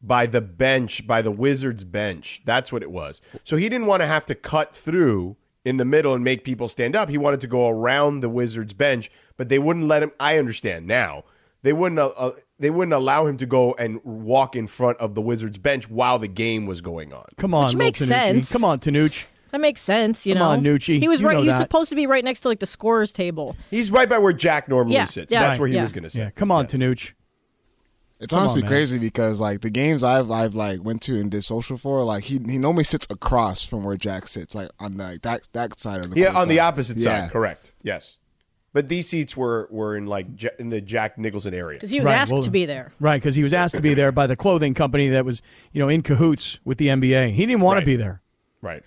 by the bench, by the Wizards bench. That's what it was. So he didn't want to have to cut through in the middle and make people stand up. He wanted to go around the Wizards bench, but they wouldn't let him. I understand now. They wouldn't. al- Uh, they wouldn't allow him to go and walk in front of the Wizards bench while the game was going on.
Come on,
Which
Lil
makes
Tanucci.
sense.
Come on, Tanucci.
that makes sense, you
Come
know.
on, Nucci.
He was
You
right.
know
he was
that.
supposed to be right next to like the scorer's table.
He's right by where Jack normally
Yeah,
sits.
yeah,
That's where he
yeah.
was going to sit.
Yeah, come on, Tanucci.
It's honestly
man.
crazy because like the games I've I've like went to and did social for, like he he normally sits across from where Jack sits, like on like that that side of the
Yeah,
court
on the
side.
opposite
Yeah.
side. Correct. Yes. But these seats were were in like Ja- in the Jack Nicholson area.
Because he was
Right,
asked
well-
to be there.
Right, because he was asked to be there by the clothing company that was, you know, in cahoots with the NBA. He didn't want
Right.
to be there.
Right.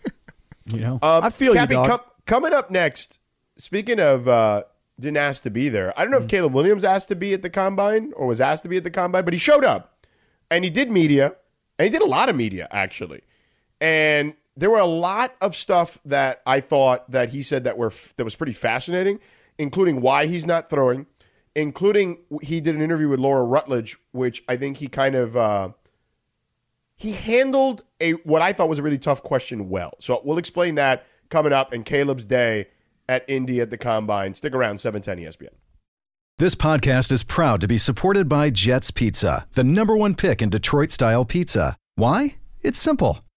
You know,
Um,
I feel
Cappy,
you, dog.
com- coming up next. Speaking of uh, didn't ask to be there. I don't know
Hmm.
if Caleb Williams asked to be at the combine or was asked to be at the combine, but he showed up and he did media and he did a lot of media actually. And there were a lot of stuff that I thought that he said that were f- that was pretty fascinating, including why he's not throwing, including he did an interview with Laura Rutledge, which I think he kind of. Uh, he handled a what I thought was a really tough question well. So we'll explain that coming up in Caleb's day at Indy at the Combine. Stick around, E 710 ESPN.
This podcast is proud to be supported by Jets Pizza, the number one pick in Detroit style pizza. Why? It's simple.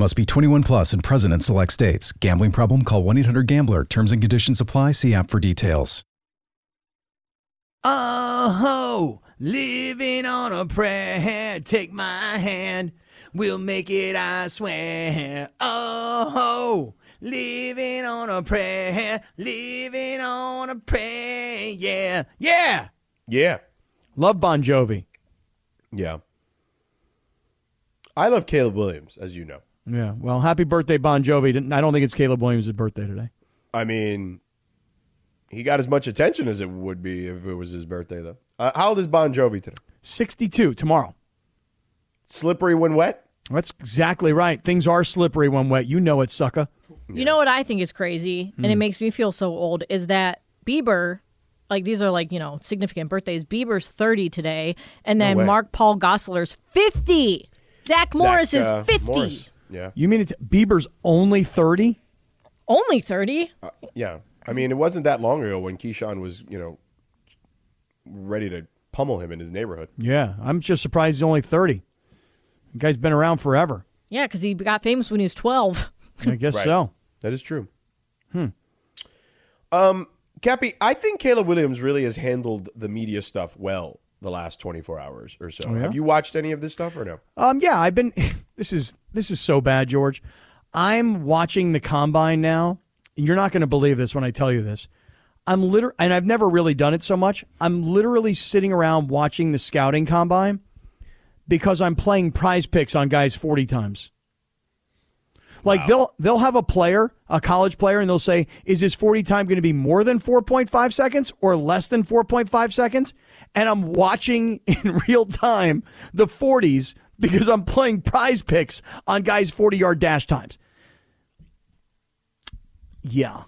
Must be 21 plus and present in select states. Gambling problem? Call 1 800 Gambler. Terms and conditions apply. See app for details.
Oh, living on a prayer. Take my hand. We'll make it, I swear. Oh, living on a prayer, living on a prayer. Yeah, yeah.
Yeah.
Love Bon Jovi.
Yeah. I love Caleb Williams, as you know.
Yeah. Well, happy birthday, Bon Jovi. Didn't- I don't think it's Caleb Williams' birthday today.
I mean, he got as much attention as it would be if it was his birthday, though. Uh, how old is Bon Jovi today?
62 tomorrow.
Slippery when wet?
That's exactly right. Things are slippery when wet. You know it, sucker.
You know what I think is crazy, and it
Hmm.
makes me feel so old, is that Bieber, like these are like, you know, significant birthdays. Bieber's 30 today, and
No
then
way.
Mark Paul Gosselaar's 50. Zach Morris
Zach, uh,
is 50.
Morris. Yeah.
You mean it's Bieber's only 30?
Only 30?
Yeah. I mean, it wasn't that long ago when Keyshawn was, you know, ready to pummel him in his neighborhood.
Yeah. I'm just surprised he's only 30. The guy's been around forever.
Yeah, because he got famous when he was 12.
I guess so.
That is true.
Hmm.
Um, Cappy, I think Caleb Williams really has handled the media stuff well the last 24 hours or so.
Oh, yeah?
Have you watched any of this stuff or no?
Um, yeah, I've been. This is this is so bad, George. I'm watching the combine now, and you're not going to believe this when I tell you this. I'm liter, and I've never really done it so much. I'm literally sitting around watching the scouting combine because I'm playing Prize Picks on guys 40 times. Like they'll they'll have a player, a college player, and they'll say, "Is his forty time going to be more than four point five seconds or less than four point five seconds?" And I'm watching in real time the forties because I'm playing Prize Picks on guys' forty yard dash times. Yeah,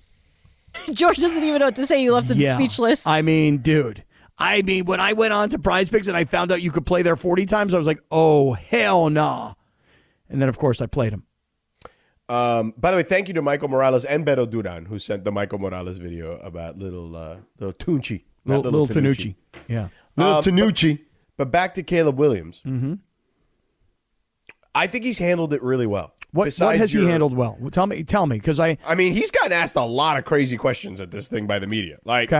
George doesn't even know what to say. You left him
yeah.
speechless.
I mean, dude. I mean, when I went on to Prize Picks and I found out you could play there forty times, I was like, "Oh hell nah!" And then of course I played him.
Um, by the way, thank you to Michael Morales and Beto Duran who sent the Michael Morales video about little uh, little Tunchi, not
Little, little Tanucci. Yeah.
little Tanucci. But, but back to Caleb Williams.
Mm-hmm.
I think he's handled it really well.
What, what
Besides
has
your-
he handled well? Well, Tell me, tell me, because I
I mean, he's gotten asked a lot of crazy questions at this thing by the media. Like,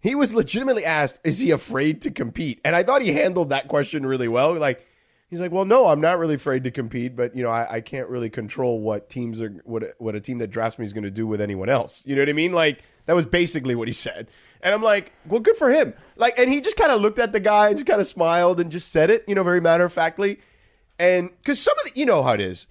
he was legitimately asked, "Is he afraid to compete?" And I thought he handled that question really well. Like, he's like, "Well, no, I'm not really afraid to compete, but you know, I, I can't really control what teams are what a- what a team that drafts me is going to do with anyone else." You know what I mean? Like, that was basically what he said. And I'm like, "Well, good for him." Like, and he just kind of looked at the guy and just kind of smiled and just said it, you know, very matter of factly. And because some of the, you know how it is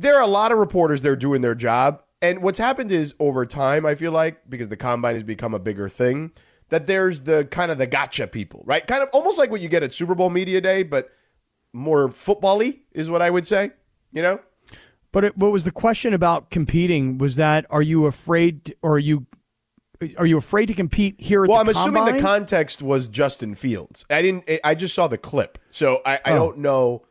there are a lot of reporters that are doing their job. And what's happened is over time, I feel like, because the combine has become a bigger thing, that there's the kind of the gotcha people, right? Kind of almost like what you get at Super Bowl Media Day, but more football y is what I would say, you know?
But it, what was the question about competing? Was that are you afraid or are you are you afraid to compete here at
Well,
the
I'm assuming the
combine?
context was Justin Fields. I didn't. I- I just saw the clip, so I, I
Oh.
don't know.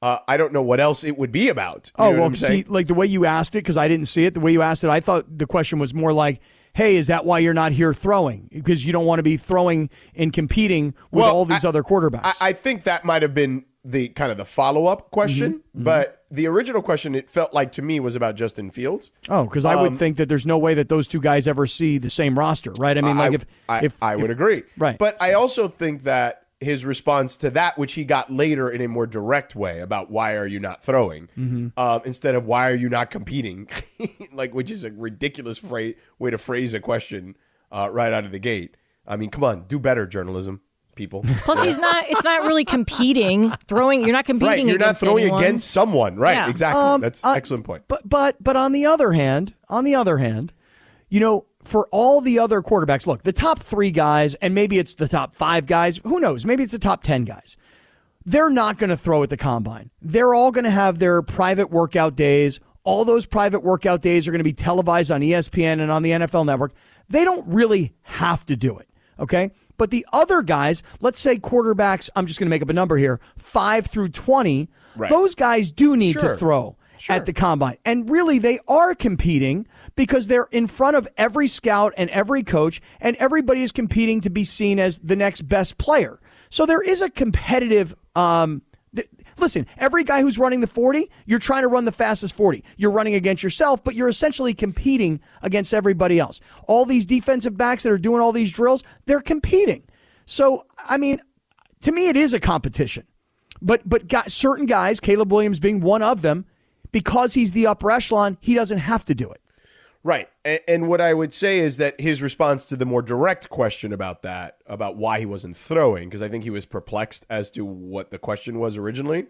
Uh, I don't know what else it would be about.
Oh
You know what
well,
I'm
see,
saying?
like the way you asked it, because I didn't see it. The way you asked it, I thought the question was more like, "Hey, is that why you're not here throwing? Because you don't want to be throwing and competing with
Well,
all these other quarterbacks."
I, I think that might have been the kind of the follow up question,
Mm-hmm.
but the original question it felt like to me was about Justin Fields.
Oh, because I would
Um,
think that there's no way that those two guys ever see the same roster, right? I mean, like if
I,
if
I would
if-
agree,
right?
But I also think that his response to that, which he got later in a more direct way about why are you not throwing,
Mhm.
Mm-hmm.
um, instead of why are you not competing, like which is a ridiculous phrase, way to phrase a question uh, right out of the gate. I mean, come on, do better, journalism people.
Plus, he's not. It's not really competing. Throwing. You're not competing.
right, you're not
against
throwing
anyone.
against someone, right?
Yeah.
Exactly.
Um,
That's excellent point.
But but but on the other hand, on the other hand, you know, for all the other quarterbacks, look, the top three guys, and maybe it's the top five guys. Who knows? Maybe it's the top ten guys. They're not going to throw at the combine. They're all going to have their private workout days. All those private workout days are going to be televised on E ESPN and on the NFL network. They don't really have to do it. Okay. But the other guys, let's say quarterbacks, I'm just going to make up a number here, five through 20,
Right.
those guys do need
Sure.
to throw at the combine. And really, they are competing because they're in front of every scout and every coach, and everybody is competing to be seen as the next best player. So there is a competitive. Um, th- listen, every guy who's running the 40, you're trying to run the fastest 40. You're running against yourself, but you're essentially competing against everybody else. All these defensive backs that are doing all these drills, they're competing. So, I mean, to me, it is a competition. But but got certain guys, Caleb Williams being one of them, because he's the upper echelon, he doesn't have to do it.
Right. And, and what I would say is that his response to the more direct question about that, about why he wasn't throwing, because I think he was perplexed as to what the question was originally,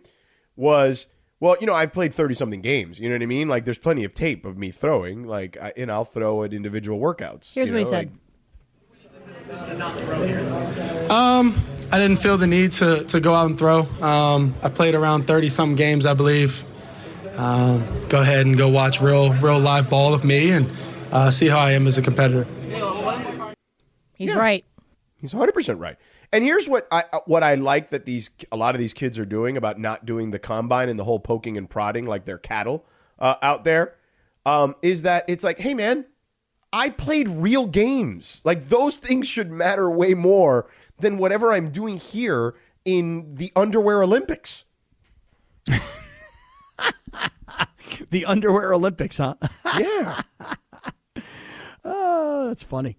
was, well, you know, I've played 30 something games. You know what I mean? Like, there's plenty of tape of me throwing. Like, I, and I'll throw at individual workouts.
Here's
you
what he
know,
said.
Um, I didn't feel the need to, to go out and throw. Um, I played around 30 some games, I believe. Um, go ahead and go watch real real live ball of me and uh, see how I am as a competitor.
He's right.
He's 100% right. And here's what I uh, what I like that these a lot of these kids are doing about not doing the combine and the whole poking and prodding like they're cattle uh, out there um, is that it's like, hey man, I played real games. Like those things should matter way more than whatever I'm doing here in the underwear Olympics.
The underwear Olympics, huh?
yeah.
Oh, that's funny.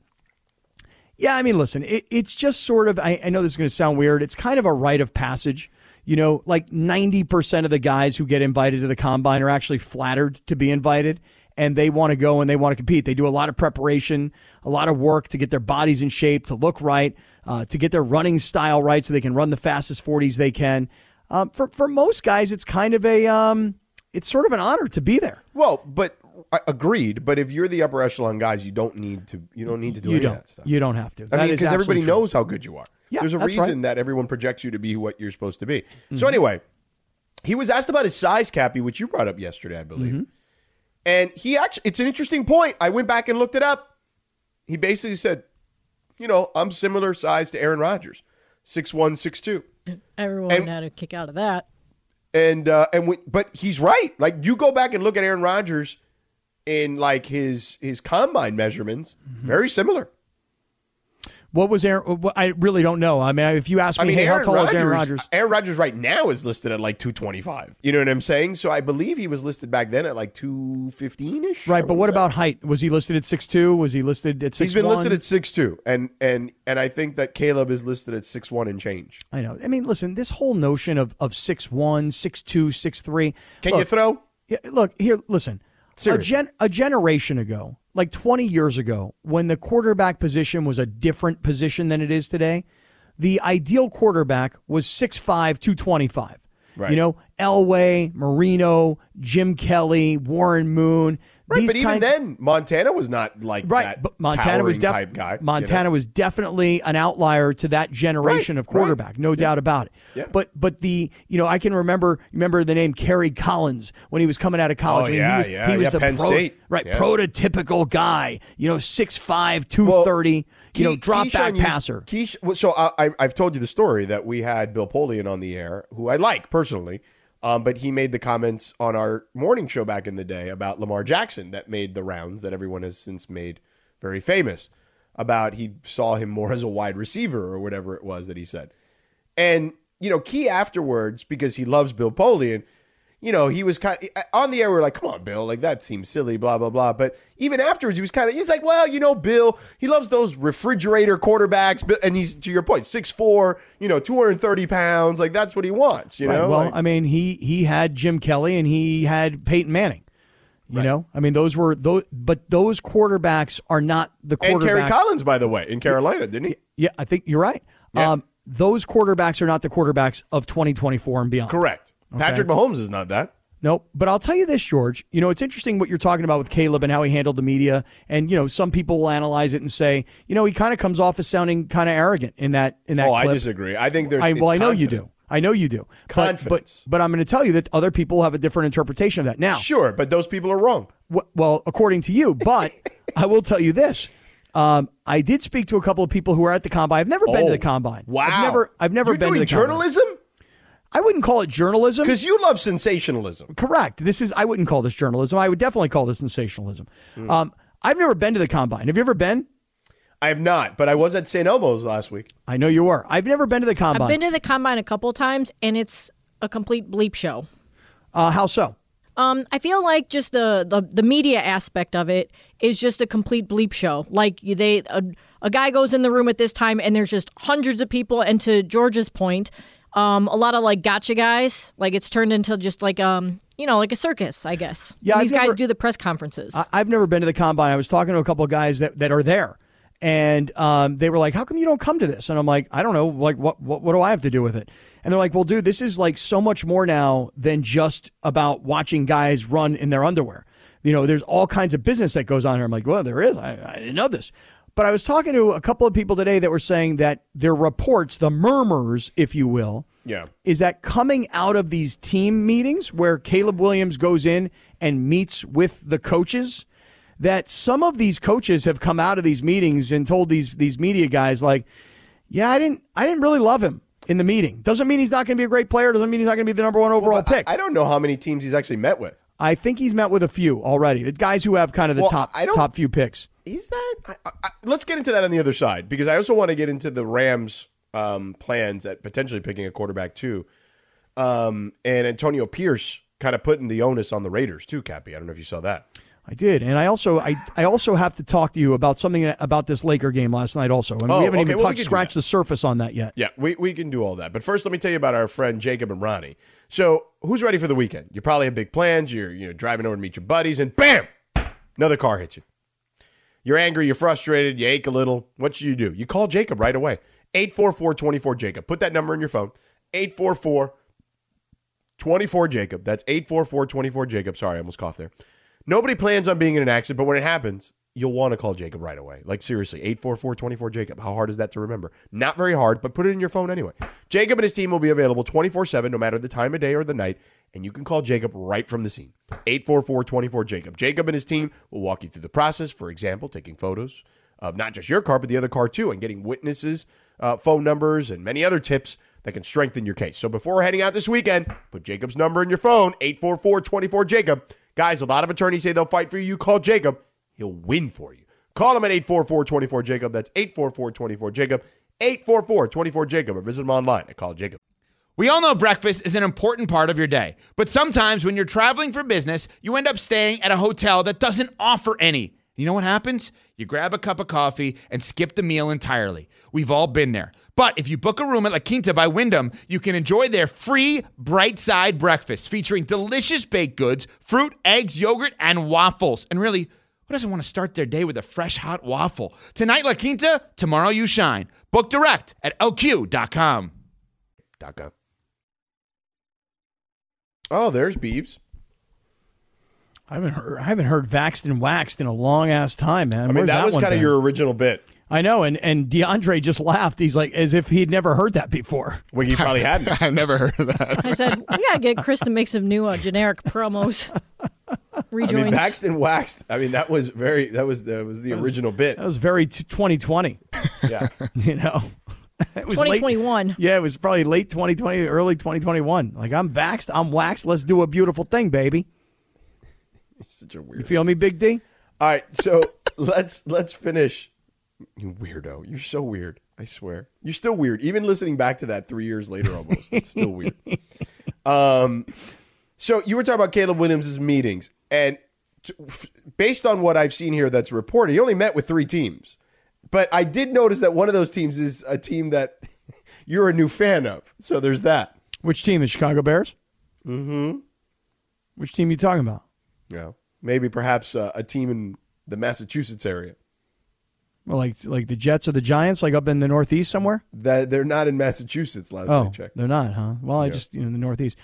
Yeah, I mean, listen, it, it's just sort of, I, I know this is going to sound weird. It's kind of a rite of passage. You know, like 90% of the guys who get invited to the combine are actually flattered to be invited and they want to go and they want to compete. They do a lot of preparation, a lot of work to get their bodies in shape, to look right, uh, to get their running style right so they can run the fastest 40s they can. Um, for, for most guys, it's kind of a, um, it's sort of an honor to be there.
Well, but I- agreed. But if you're the upper echelon guys, you don't need to you don't need to do
You
any
don't.
of that stuff.
You don't have to.
I
That
mean,
is
because everybody
absolutely true.
knows how good you are.
Yeah,
There's a
that's
reason
right. Mm-hmm.
that everyone projects you to be what you're supposed to be. So anyway, he was asked about his size, Cappy, which you brought up yesterday, I believe.
Mm-hmm.
And he actually, it's an interesting point. I went back and looked it up. He basically said, you know, I'm similar size to Aaron Rodgers, six one, six two
Everyone
And-
had a kick out of that.
and uh, and we, but he's right. Like you go back and look at Aaron Rodgers in like his his combine measurements,
Mm-hmm.
very similar.
What was Aaron? What, I really don't know. I mean, if you ask me,
I mean,
hey,
Aaron
how tall
Rodgers,
is Aaron Rodgers?
Aaron Rodgers right now is listed at like two twenty five. You know what I'm saying? So I believe he was listed back then at like two fifteen ish.
Right, but what about height? Was he listed at six two? Was he listed at 6
He's been listed at six two, and and and I think that Caleb is listed at six one and change.
I know. I mean, listen, this whole notion of of six one, six two, six three.
Can you throw?
Yeah, look here. Listen, a,
Seriously.
gen, a generation ago, like twenty years ago, when the quarterback position was a different position than it is today, the ideal quarterback was 6'5", 225.
Right.
You know, Elway, Marino, Jim Kelly, Warren Moon.
Right,
these
but even
kinds-
then, Montana was not like
Right,
that
but Montana was
towering
def-
type guy. you know?
Montana was definitely an outlier to that generation
Right,
of quarterback, no doubt about it.
Yeah.
But but the you know I can remember remember the name Kerry Collins when he was coming out of college. I
Oh,
mean,
yeah,
he was,
yeah,
he was
yeah,
the
Penn
pro-
State.
right
Yeah.
prototypical guy. You know, 6'5", 230, you know,
Key-
drop
Keyshawn
back
used-
passer.
Keysh- well, so I, I, I've told you the story that we had Bill Polian on the air, who I like personally, um, but he made the comments on our morning show back in the day about Lamar Jackson that made the rounds that everyone has since made very famous about he saw him more as a wide receiver or whatever it was that he said. And you know, Key afterwards because he loves Bill Polian. You know, he was kind of, on the air. We were like, "Come on, Bill! Like that seems silly." Blah blah blah. But even afterwards, he was kind of. He's like, "Well, you know, Bill. He loves those refrigerator quarterbacks." Bi- And he's to your point, six four. You know, two hundred thirty pounds. Like that's what he wants. You
Right,
know,
well,
Like-
I mean, he he had Jim Kelly and he had Peyton Manning. You know, I mean, those were those, but those quarterbacks are not the
and Kerry
quarterbacks.
Collins, by the way, in Carolina, didn't he?
Yeah, I think you're right. Um, those quarterbacks are not the quarterbacks of 2024 and beyond.
Correct.
Okay.
Patrick Mahomes is not that.
Nope. But I'll tell you this, George. You know, it's interesting what you're talking about with Caleb and how he handled the media. And you know, some people will analyze it and say, you know, he kind of comes off as sounding kind of arrogant in that in that.
Oh, I
clip.
disagree. I think there's.
I,
it's
well, I know you
confident.
do. I know you do. But-
Confidence.
But, but, I'm going to tell you that other people have a different interpretation of that. Now,
Sure, but those people are wrong.
Wh- well, according to you, but I will tell you this. Um, I did speak to a couple of people who were at the combine. I've never been to
Oh,
the combine.
Wow.
I've never, I've never
You're
been to the
doing
combine.
journalism
I wouldn't call it journalism.
because you love sensationalism.
Correct. This is I wouldn't call this journalism. I would definitely call this sensationalism. Um, I've never been to the combine. Have you ever been?
I have not, but I was at St. Elmo's last week.
I know you were. I've never been to the combine.
I've been to the combine a couple times, and it's a complete bleep show.
uh, how so?
Um, I feel like just the, the the media aspect of it is just a complete bleep show. Like you- they a, a guy goes in the room at this time, and there's just hundreds of people. And to George's point, Um, a lot of like gotcha guys. Like it's turned into just like um, you know, like a circus, I guess.
Yeah,
When
I've
these guys
never-
do the press conferences.
I, I've never been to the combine. I was talking to a couple of guys that, that are there, and um, they were like, "How come you don't come to this?" And I'm like, "I don't know. Like, what, what what do I have to do with it?" And they're like, "Well, dude, this is like so much more now than just about watching guys run in their underwear. You know, there's all kinds of business that goes on here." I'm like, "Well, there is. I, I didn't know this." But I was talking to a couple of people today that were saying that their reports, the murmurs, if you will,
Yeah.
is that coming out of these team meetings where Caleb Williams goes in and meets with the coaches, that some of these coaches have come out of these meetings and told these these media guys like, "Yeah, I didn't I didn't really love him in the meeting. Doesn't mean he's not going to be a great player. Doesn't mean he's not going to be the number one overall
I,
pick."
I don't know how many teams he's actually met with.
I, think he's met with a few already. The guys who have kind of the
Well,
top
I don't-
top few picks.
Is that? I, I, I- let's get into that on the other side because I also want to get into the Rams' um, plans at potentially picking a quarterback too, um, and Antonio Pierce kind of putting the onus on the Raiders too. Cappy, I don't know if you saw that.
I did, and I also I, I also have to talk to you about something that- about this Laker game last night. Also, and
Oh,
we haven't
okay,
even
well, we
touched
can do
scratched the surface on that yet.
Yeah, we, we can do all that. But first, let me tell you about our friend Jacob and Ronnie. So, who's ready for the weekend? You probably have big plans. You're you know driving over to meet your buddies, and bam, another car hits you. You're angry. You're frustrated. You ache a little. What should you do? You call Jacob right away. 844-24-JACOB. Put that number in your phone. 844 24 Jacob. That's 844 24 Jacob. Sorry, I almost coughed there. Nobody plans on being in an accident, but when it happens, you'll want to call Jacob right away. Like, seriously, 844 24 Jacob. How hard is that to remember? Not very hard, but put it in your phone anyway. Jacob and his team will be available 24 7, no matter the time of day or the night, and you can call Jacob right from the scene. 844 24 Jacob. Jacob and his team will walk you through the process, for example, taking photos of not just your car, but the other car too, and getting witnesses, uh, phone numbers, and many other tips that can strengthen your case. So before heading out this weekend, put Jacob's number in your phone, 844 24 Jacob. Guys, a lot of attorneys say they'll fight for you. You call Jacob, he'll win for you. Call him at 844 24 Jacob. That's 844 24 Jacob. 844 24 Jacob. Or visit him online at Call Jacob.
We all know breakfast is an important part of your day, but sometimes when you're traveling for business, you end up staying at a hotel that doesn't offer any. You know what happens? You grab a cup of coffee and skip the meal entirely. We've all been there. But if you book a room at La Quinta by Wyndham, you can enjoy their free bright side breakfast featuring delicious baked goods, fruit, eggs, yogurt, and waffles. And really, who doesn't want to start their day with a fresh hot waffle? Tonight, La Quinta, tomorrow you shine. Book direct at lq.com.
.com. Oh, there's Beebs.
I haven't heard I haven't heard vaxxed and waxed in a long ass time, man.
I mean,
Where's
that, was
one
kind of
been?
your original bit.
I know, and and DeAndre just laughed. He's like as if he'd never heard that before.
Well, you probably hadn't.
I never heard that.
I said, we gotta get Chris to make some new uh, generic promos.
I
Rejoins.
mean, waxed and waxed. I mean, that was very, that was, that was the
That was-
original bit.
That was very t- 2020.
Yeah.
you know. It was late-
2021.
yeah, it was probably late 2020, early 2021. Like I'm vaxxed, I'm waxed. Let's do a beautiful thing, baby.
Such a
You feel me, Big D?
All right, so let's let's finish. You weirdo, you're so weird. I swear, you're still weird. Even listening back to that three years later, almost, it's still weird. Um, so you were talking about Caleb Williams' meetings, and t- f- based on what I've seen here, that's reported, he only met with three teams. But I did notice that one of those teams is a team that you're a new fan of. So there's that.
Which team? The Chicago Bears?
Mm-hmm.
Which team you talking about?
Yeah, maybe perhaps uh, a team in the Massachusetts area.
Well, like like the Jets or the Giants, like up in the Northeast somewhere.
That they're not in Massachusetts. Last
oh,
I checked.
they're not, huh? Well, I
Yeah.
just you know the Northeast.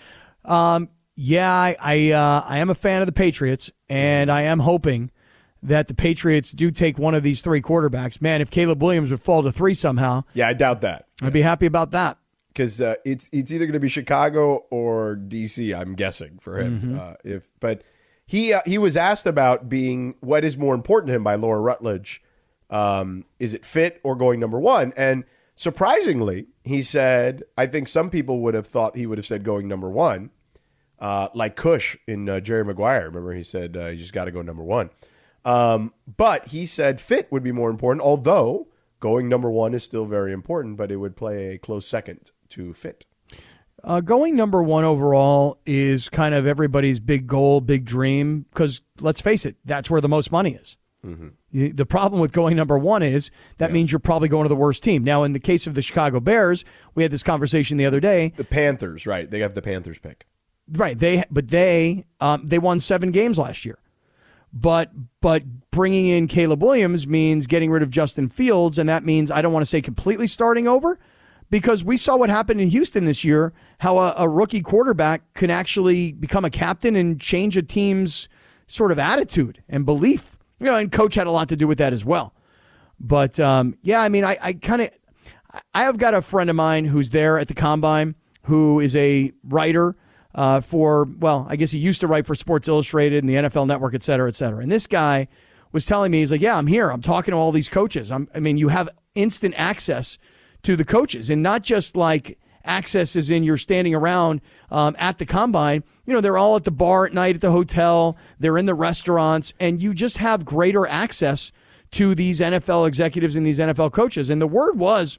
Um, yeah, I I, uh, I am a fan of the Patriots, and
Mm-hmm.
I am hoping that the Patriots do take one of these three quarterbacks. Man, if Caleb Williams would fall to three somehow,
Yeah, I doubt that
I'd be happy about that.
because uh, it's it's either going to be Chicago or DC. I'm guessing for him.
Mhm.
Uh, if but he uh, he was asked about being what is more important to him by Laura Rutledge. Um, is it fit or going number one? And surprisingly, he said, I think some people would have thought he would have said going number one, uh, like Cush in uh, Jerry Maguire. Remember, he said uh, you just got to go number one. Um, but he said fit would be more important, although going number one is still very important, but it would play a close second to fit.
Uh, going number one overall is kind of everybody's big goal, big dream. Because let's face it, that's where the most money is. You- The problem with going number one is that means you're probably going to the worst team. Now, in the case of the Chicago Bears, we had this conversation the other day.
The Panthers, right? They have the Panthers pick.
Right. They but they um, they won seven games last year. But but bringing in Caleb Williams means getting rid of Justin Fields, and that means I don't want to say completely starting over, because we saw what happened in Houston this year. How a, a rookie quarterback can actually become a captain and change a team's sort of attitude and belief. You know, and coach had a lot to do with that as well. But um, yeah, I mean, I, I kind of I have got a friend of mine who's there at the combine who is a writer uh, for, well, I guess he used to write for Sports Illustrated and the NFL Network, et cetera, et cetera. And this guy was telling me, he's like, yeah, I'm here. I'm talking to all these coaches. I'm, I mean, you have instant access to the coaches and not just like access is in you're standing around um, at the combine. You know, they're all at the bar at night at the hotel, they're in the restaurants, and you just have greater access to these NFL executives and these NFL coaches. And the word was,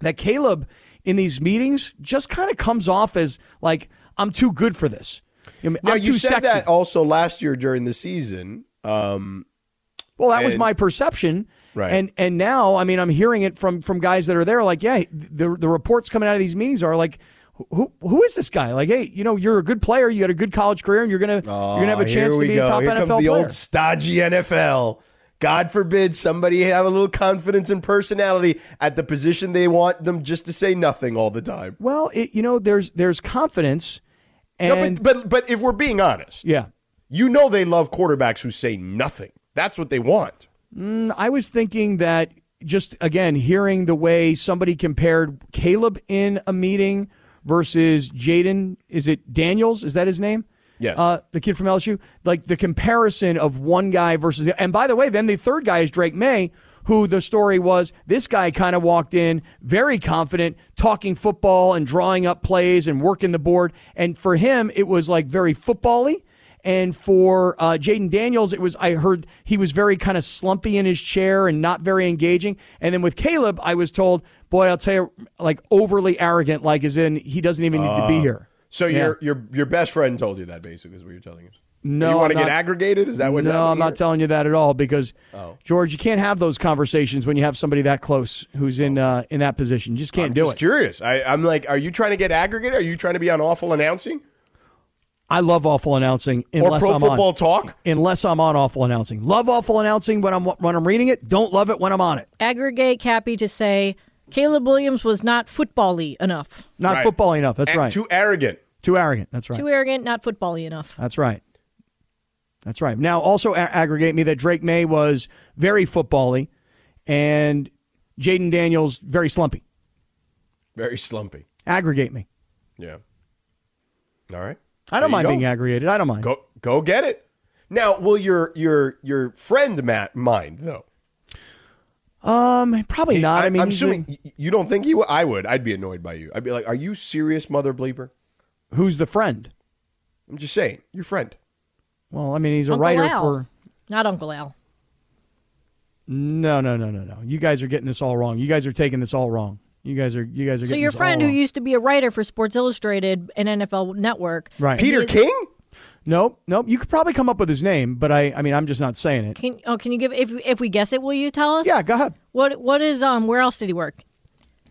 that Caleb in these meetings just kind of comes off as like I'm too good for this. I mean,
Now
I'm
you
too
said
sexy.
that also last year during the season. Um,
well, that was
and-
my perception.
Right.
And and now, I mean, I'm hearing it from from guys that are there. Like, yeah, the the reports coming out of these meetings are like, who who is this guy? Like, hey, you know, you're a good player. You had a good college career, and you're gonna you're gonna have a
Oh,
chance
here
to
we
be
go.
a top
Here
NFL
comes the
player.
old stodgy NFL. God forbid somebody have a little confidence and personality at the position they want them just to say nothing all the time.
well, it, you know, there's there's confidence, and
No, but, but but if we're being honest,
yeah,
you know they love quarterbacks who say nothing. That's what they want.
Mm, I was thinking that just again hearing the way somebody compared Caleb in a meeting versus Jaden. Is it Daniels? Is that his name?
Yes.
Uh, the kid from LSU. Like the comparison of one guy versus the, and by the way, then the third guy is Drake May. Who the story was, this guy kind of walked in very confident, talking football and drawing up plays and working the board. And for him, it was like very football y. And for uh, Jaden Daniels, it was I heard he was very kind of slumpy in his chair and not very engaging. And then with Caleb, I was told, boy, I'll tell you, like overly arrogant, like as in he doesn't even need to be
Uh,
here.
So
Yeah.
your your your best friend told you that basically is what you're telling us.
No,
you want to
I'm
get
not-
aggregated? Is that what's
No,
happening
I'm not
here?
telling you that at all because
Oh.
George, you can't have those conversations when you have somebody that close who's in uh, in that position. You just can't do
Oh. Just
it.
curious. I, I'm like, are you trying to get aggregated? Are you trying to be on awful announcing
I love awful announcing
or
unless
pro
I'm
football
on.
talk?
Unless I'm on awful announcing. Love awful announcing when I'm when I'm reading it. Don't love it when I'm on it.
Aggregate Cappy to say Caleb Williams was not football-y enough.
Not
Right.
football enough. That's
And
right.
Too arrogant.
Too arrogant. That's right.
Too arrogant, not football-y enough.
That's right. That's right. Now, also a- aggregate me that Drake May was very football-y and Jaden Daniels very slumpy.
Very slumpy.
Aggregate me.
Yeah. All right.
I don't
There you
mind
go.
being aggregated. I don't mind.
Go go get it. Now, will your your your friend Matt mind though?
Um, probably not. I, mean,
I'm
he's
assuming
doing-
y- you don't think he would. I would. I'd be annoyed by you. I'd be like, "Are you serious, mother bleeper?"
who's the friend?
I'm just saying, your friend.
Well, I mean, he's a
Uncle
writer
Al.
for.
Not Uncle Al.
No, no, no, no, no. You guys are getting this all wrong. You guys are taking this all wrong. You guys are. You guys are.
So
getting
your
this
friend
all
who
wrong.
used to be a writer for Sports Illustrated and NFL Network,
Right.
Peter He is-
Nope, nope. You could probably come up with his name, but I. I mean, I'm just not saying it.
Can oh, can you give if if we guess it? Will you tell us?
Yeah, go ahead.
What what is um? Where else did he work?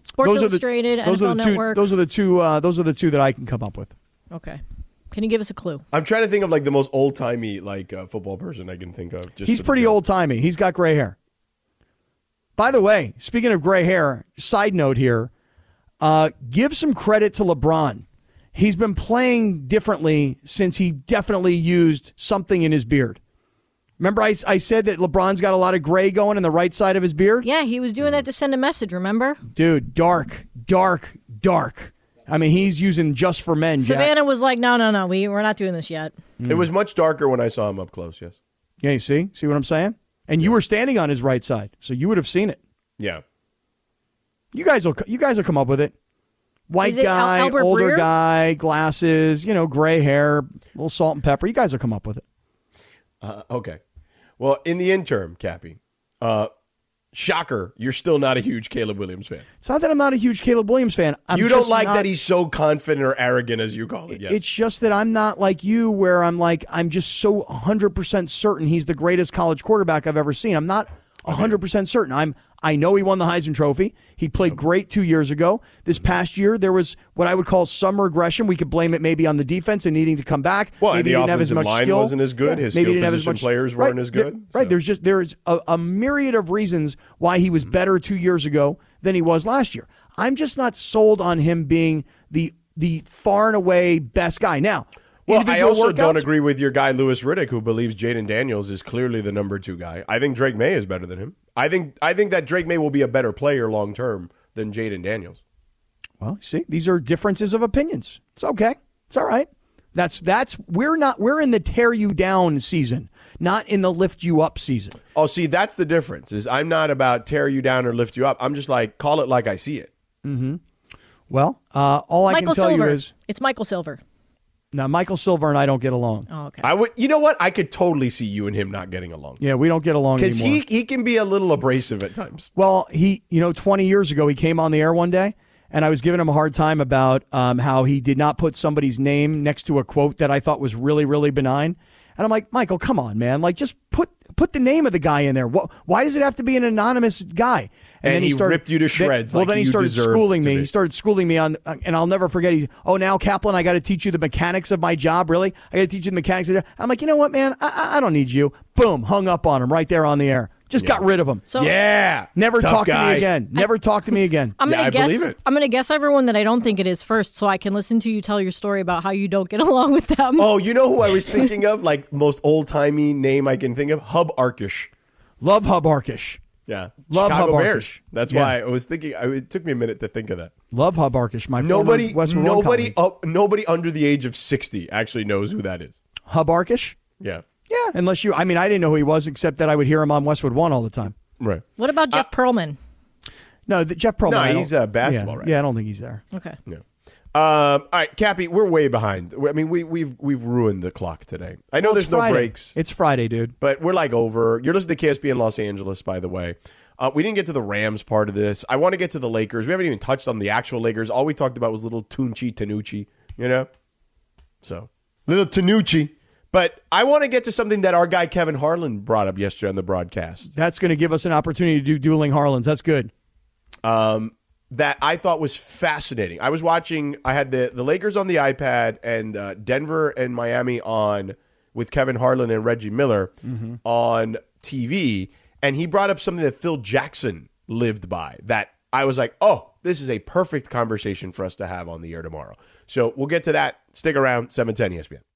Sports
Those are the-
Illustrated,
those
NFL
are the two.
Network.
Those are the two. Uh, those are the two that I can come up with.
okay. Can you give us a clue?
I'm trying to think of like the most old timey like uh, football person I can think of. Just
He's
for the-
pretty old timey. He's got gray hair. By the way, speaking of gray hair, side note here, uh, give some credit to LeBron. He's been playing differently since he definitely used something in his beard. Remember, I, I said that LeBron's got a lot of gray going in the right side of his beard?
Yeah, he was doing that to send a message. Remember,
Dude, dark, dark, dark. I mean, he's using just for men, Jack.
Savannah was like, "No, no, no, we we're not doing this yet."
It was much darker when I saw him up close. Yes.
Yeah, you see? See what I'm saying? And you were standing on his right side, so you would have seen it.
Yeah.
You guys will you guys will come up with it. White
Is it Al-
guy,
Albert
older
Breer?
guy, glasses, you know, gray hair, little salt and pepper. You guys will come up with it.
Uh, okay. Well, in the interim, Cappy, uh, Shocker, you're still not a huge Caleb Williams fan.
It's not that I'm not a huge Caleb Williams fan. I'm
you don't
just
like
not-
that he's so confident or arrogant as you call it. Yes.
It's just that I'm not like you, where I'm like, I'm just so 100% certain he's the greatest college quarterback I've ever seen. I'm not 100% certain. I'm, I know he won the Heisman Trophy. He played great two years ago. This
Mm-hmm.
past year, there was what I would call some regression. We could blame it maybe on the defense and needing to come back.
Well, and
maybe he
the
didn't have as
offensive
much
line
skill.
wasn't as good. His skill
he didn't have
position players
right,
weren't as
there-
good.
right. There's just there's a, a myriad of reasons why he was
Mm-hmm.
better two years ago than he was last year. I'm just not sold on him being the the far and away best guy. Now,
Well, I
individual
also
workouts,
don't agree with your guy Lewis Riddick, who believes Jaden Daniels is clearly the number two guy. I think Drake May is better than him. I think I think that Drake May will be a better player long term than Jaden Daniels.
Well, see, these are differences of opinions. It's okay. It's all right. That's that's we're not we're in the tear you down season, not in the lift you up season.
Oh, see, that's the difference. Is I'm not about tear you down or lift you up. I'm just like call it like I see it.
Mm-hmm. Well, uh, all I
Michael
can tell
Silver.
you is
it's Michael Silver.
now Michael Silver and I don't get along.
Oh, okay.
I would. You know what? I could totally see you and him not getting along
Yeah, we don't get along
because
anymore.
he he can be a little abrasive at times.
Well, he, you know, 20 years ago, he came on the air one day, and I was giving him a hard time about um, how he did not put somebody's name next to a quote that I thought was really, really benign. And I'm like, Michael, come on, man! Like, just put put the name of the guy in there. What? Why does it have to be an anonymous guy?
And he ripped you to
then-
shreds
well,
like
then he
you
started
deserved
schooling
to
me.
be.
He started schooling me on, and I'll never forget. He, oh, now Kaplan, I got to teach you the mechanics of my job. Really, I got to teach you the mechanics. of the job. I'm like, you know what, man? I, I- I don't need you. Boom, hung up on him right there on the air. Just got rid of him.
So- Yeah.
Never
Tough
talk to
guy.
me again. Never talk to me again.
I'm gonna guess. I'm gonna guess everyone that I don't think it is first, so I can listen to you tell your story about how you don't get along with them.
Oh, you know who I was thinking of? Like most old timey name I can think of, Hub Arkish.
Love Hub Arkish.
Yeah,
Love
Chicago
Hub
Bears.
Arkish.
That's
Yeah.
why I was thinking. I, it took me a minute to think of that.
Love Hub Arkish, my former
nobody,
Westwood One
nobody,
colleague.
up, nobody under the age of sixty actually knows who that is.
Hub Arkish.
Yeah,
Yeah, unless you. I mean, I didn't know who he was, except that I would hear him on Westwood One all the time.
right.
What about Jeff Perlman?
No, the, Jeff Perlman.
No,
I don't-
he's a basketball
yeah,
writer.
Yeah, I don't think he's there.
Okay.
Yeah. Um, all right, Cappy, we're way behind. I mean, we we've we've ruined the clock today. I know
Well, it's
there's no
Friday.
breaks.
It's Friday, dude.
but we're like over. You're listening to KSB in Los Angeles, by the way. Uh, we didn't get to the Rams part of this. I want to get to the Lakers. We haven't even touched on the actual Lakers. All we talked about was little Tunchi Tanucci, you know? So, little Tanucci. But I want to get to something that our guy Kevin Harlan brought up yesterday on the broadcast
That's going to give us an opportunity to do dueling Harlans. That's good.
um, that I thought was fascinating. I was watching. I had the the Lakers on the iPad and uh, Denver and Miami on with Kevin Harlan and Reggie Miller on TV, and he brought up something that Phil Jackson lived by. That I was like, oh, this is a perfect conversation for us to have on the air tomorrow. So we'll get to that. Stick around. Seven ten E ESPN.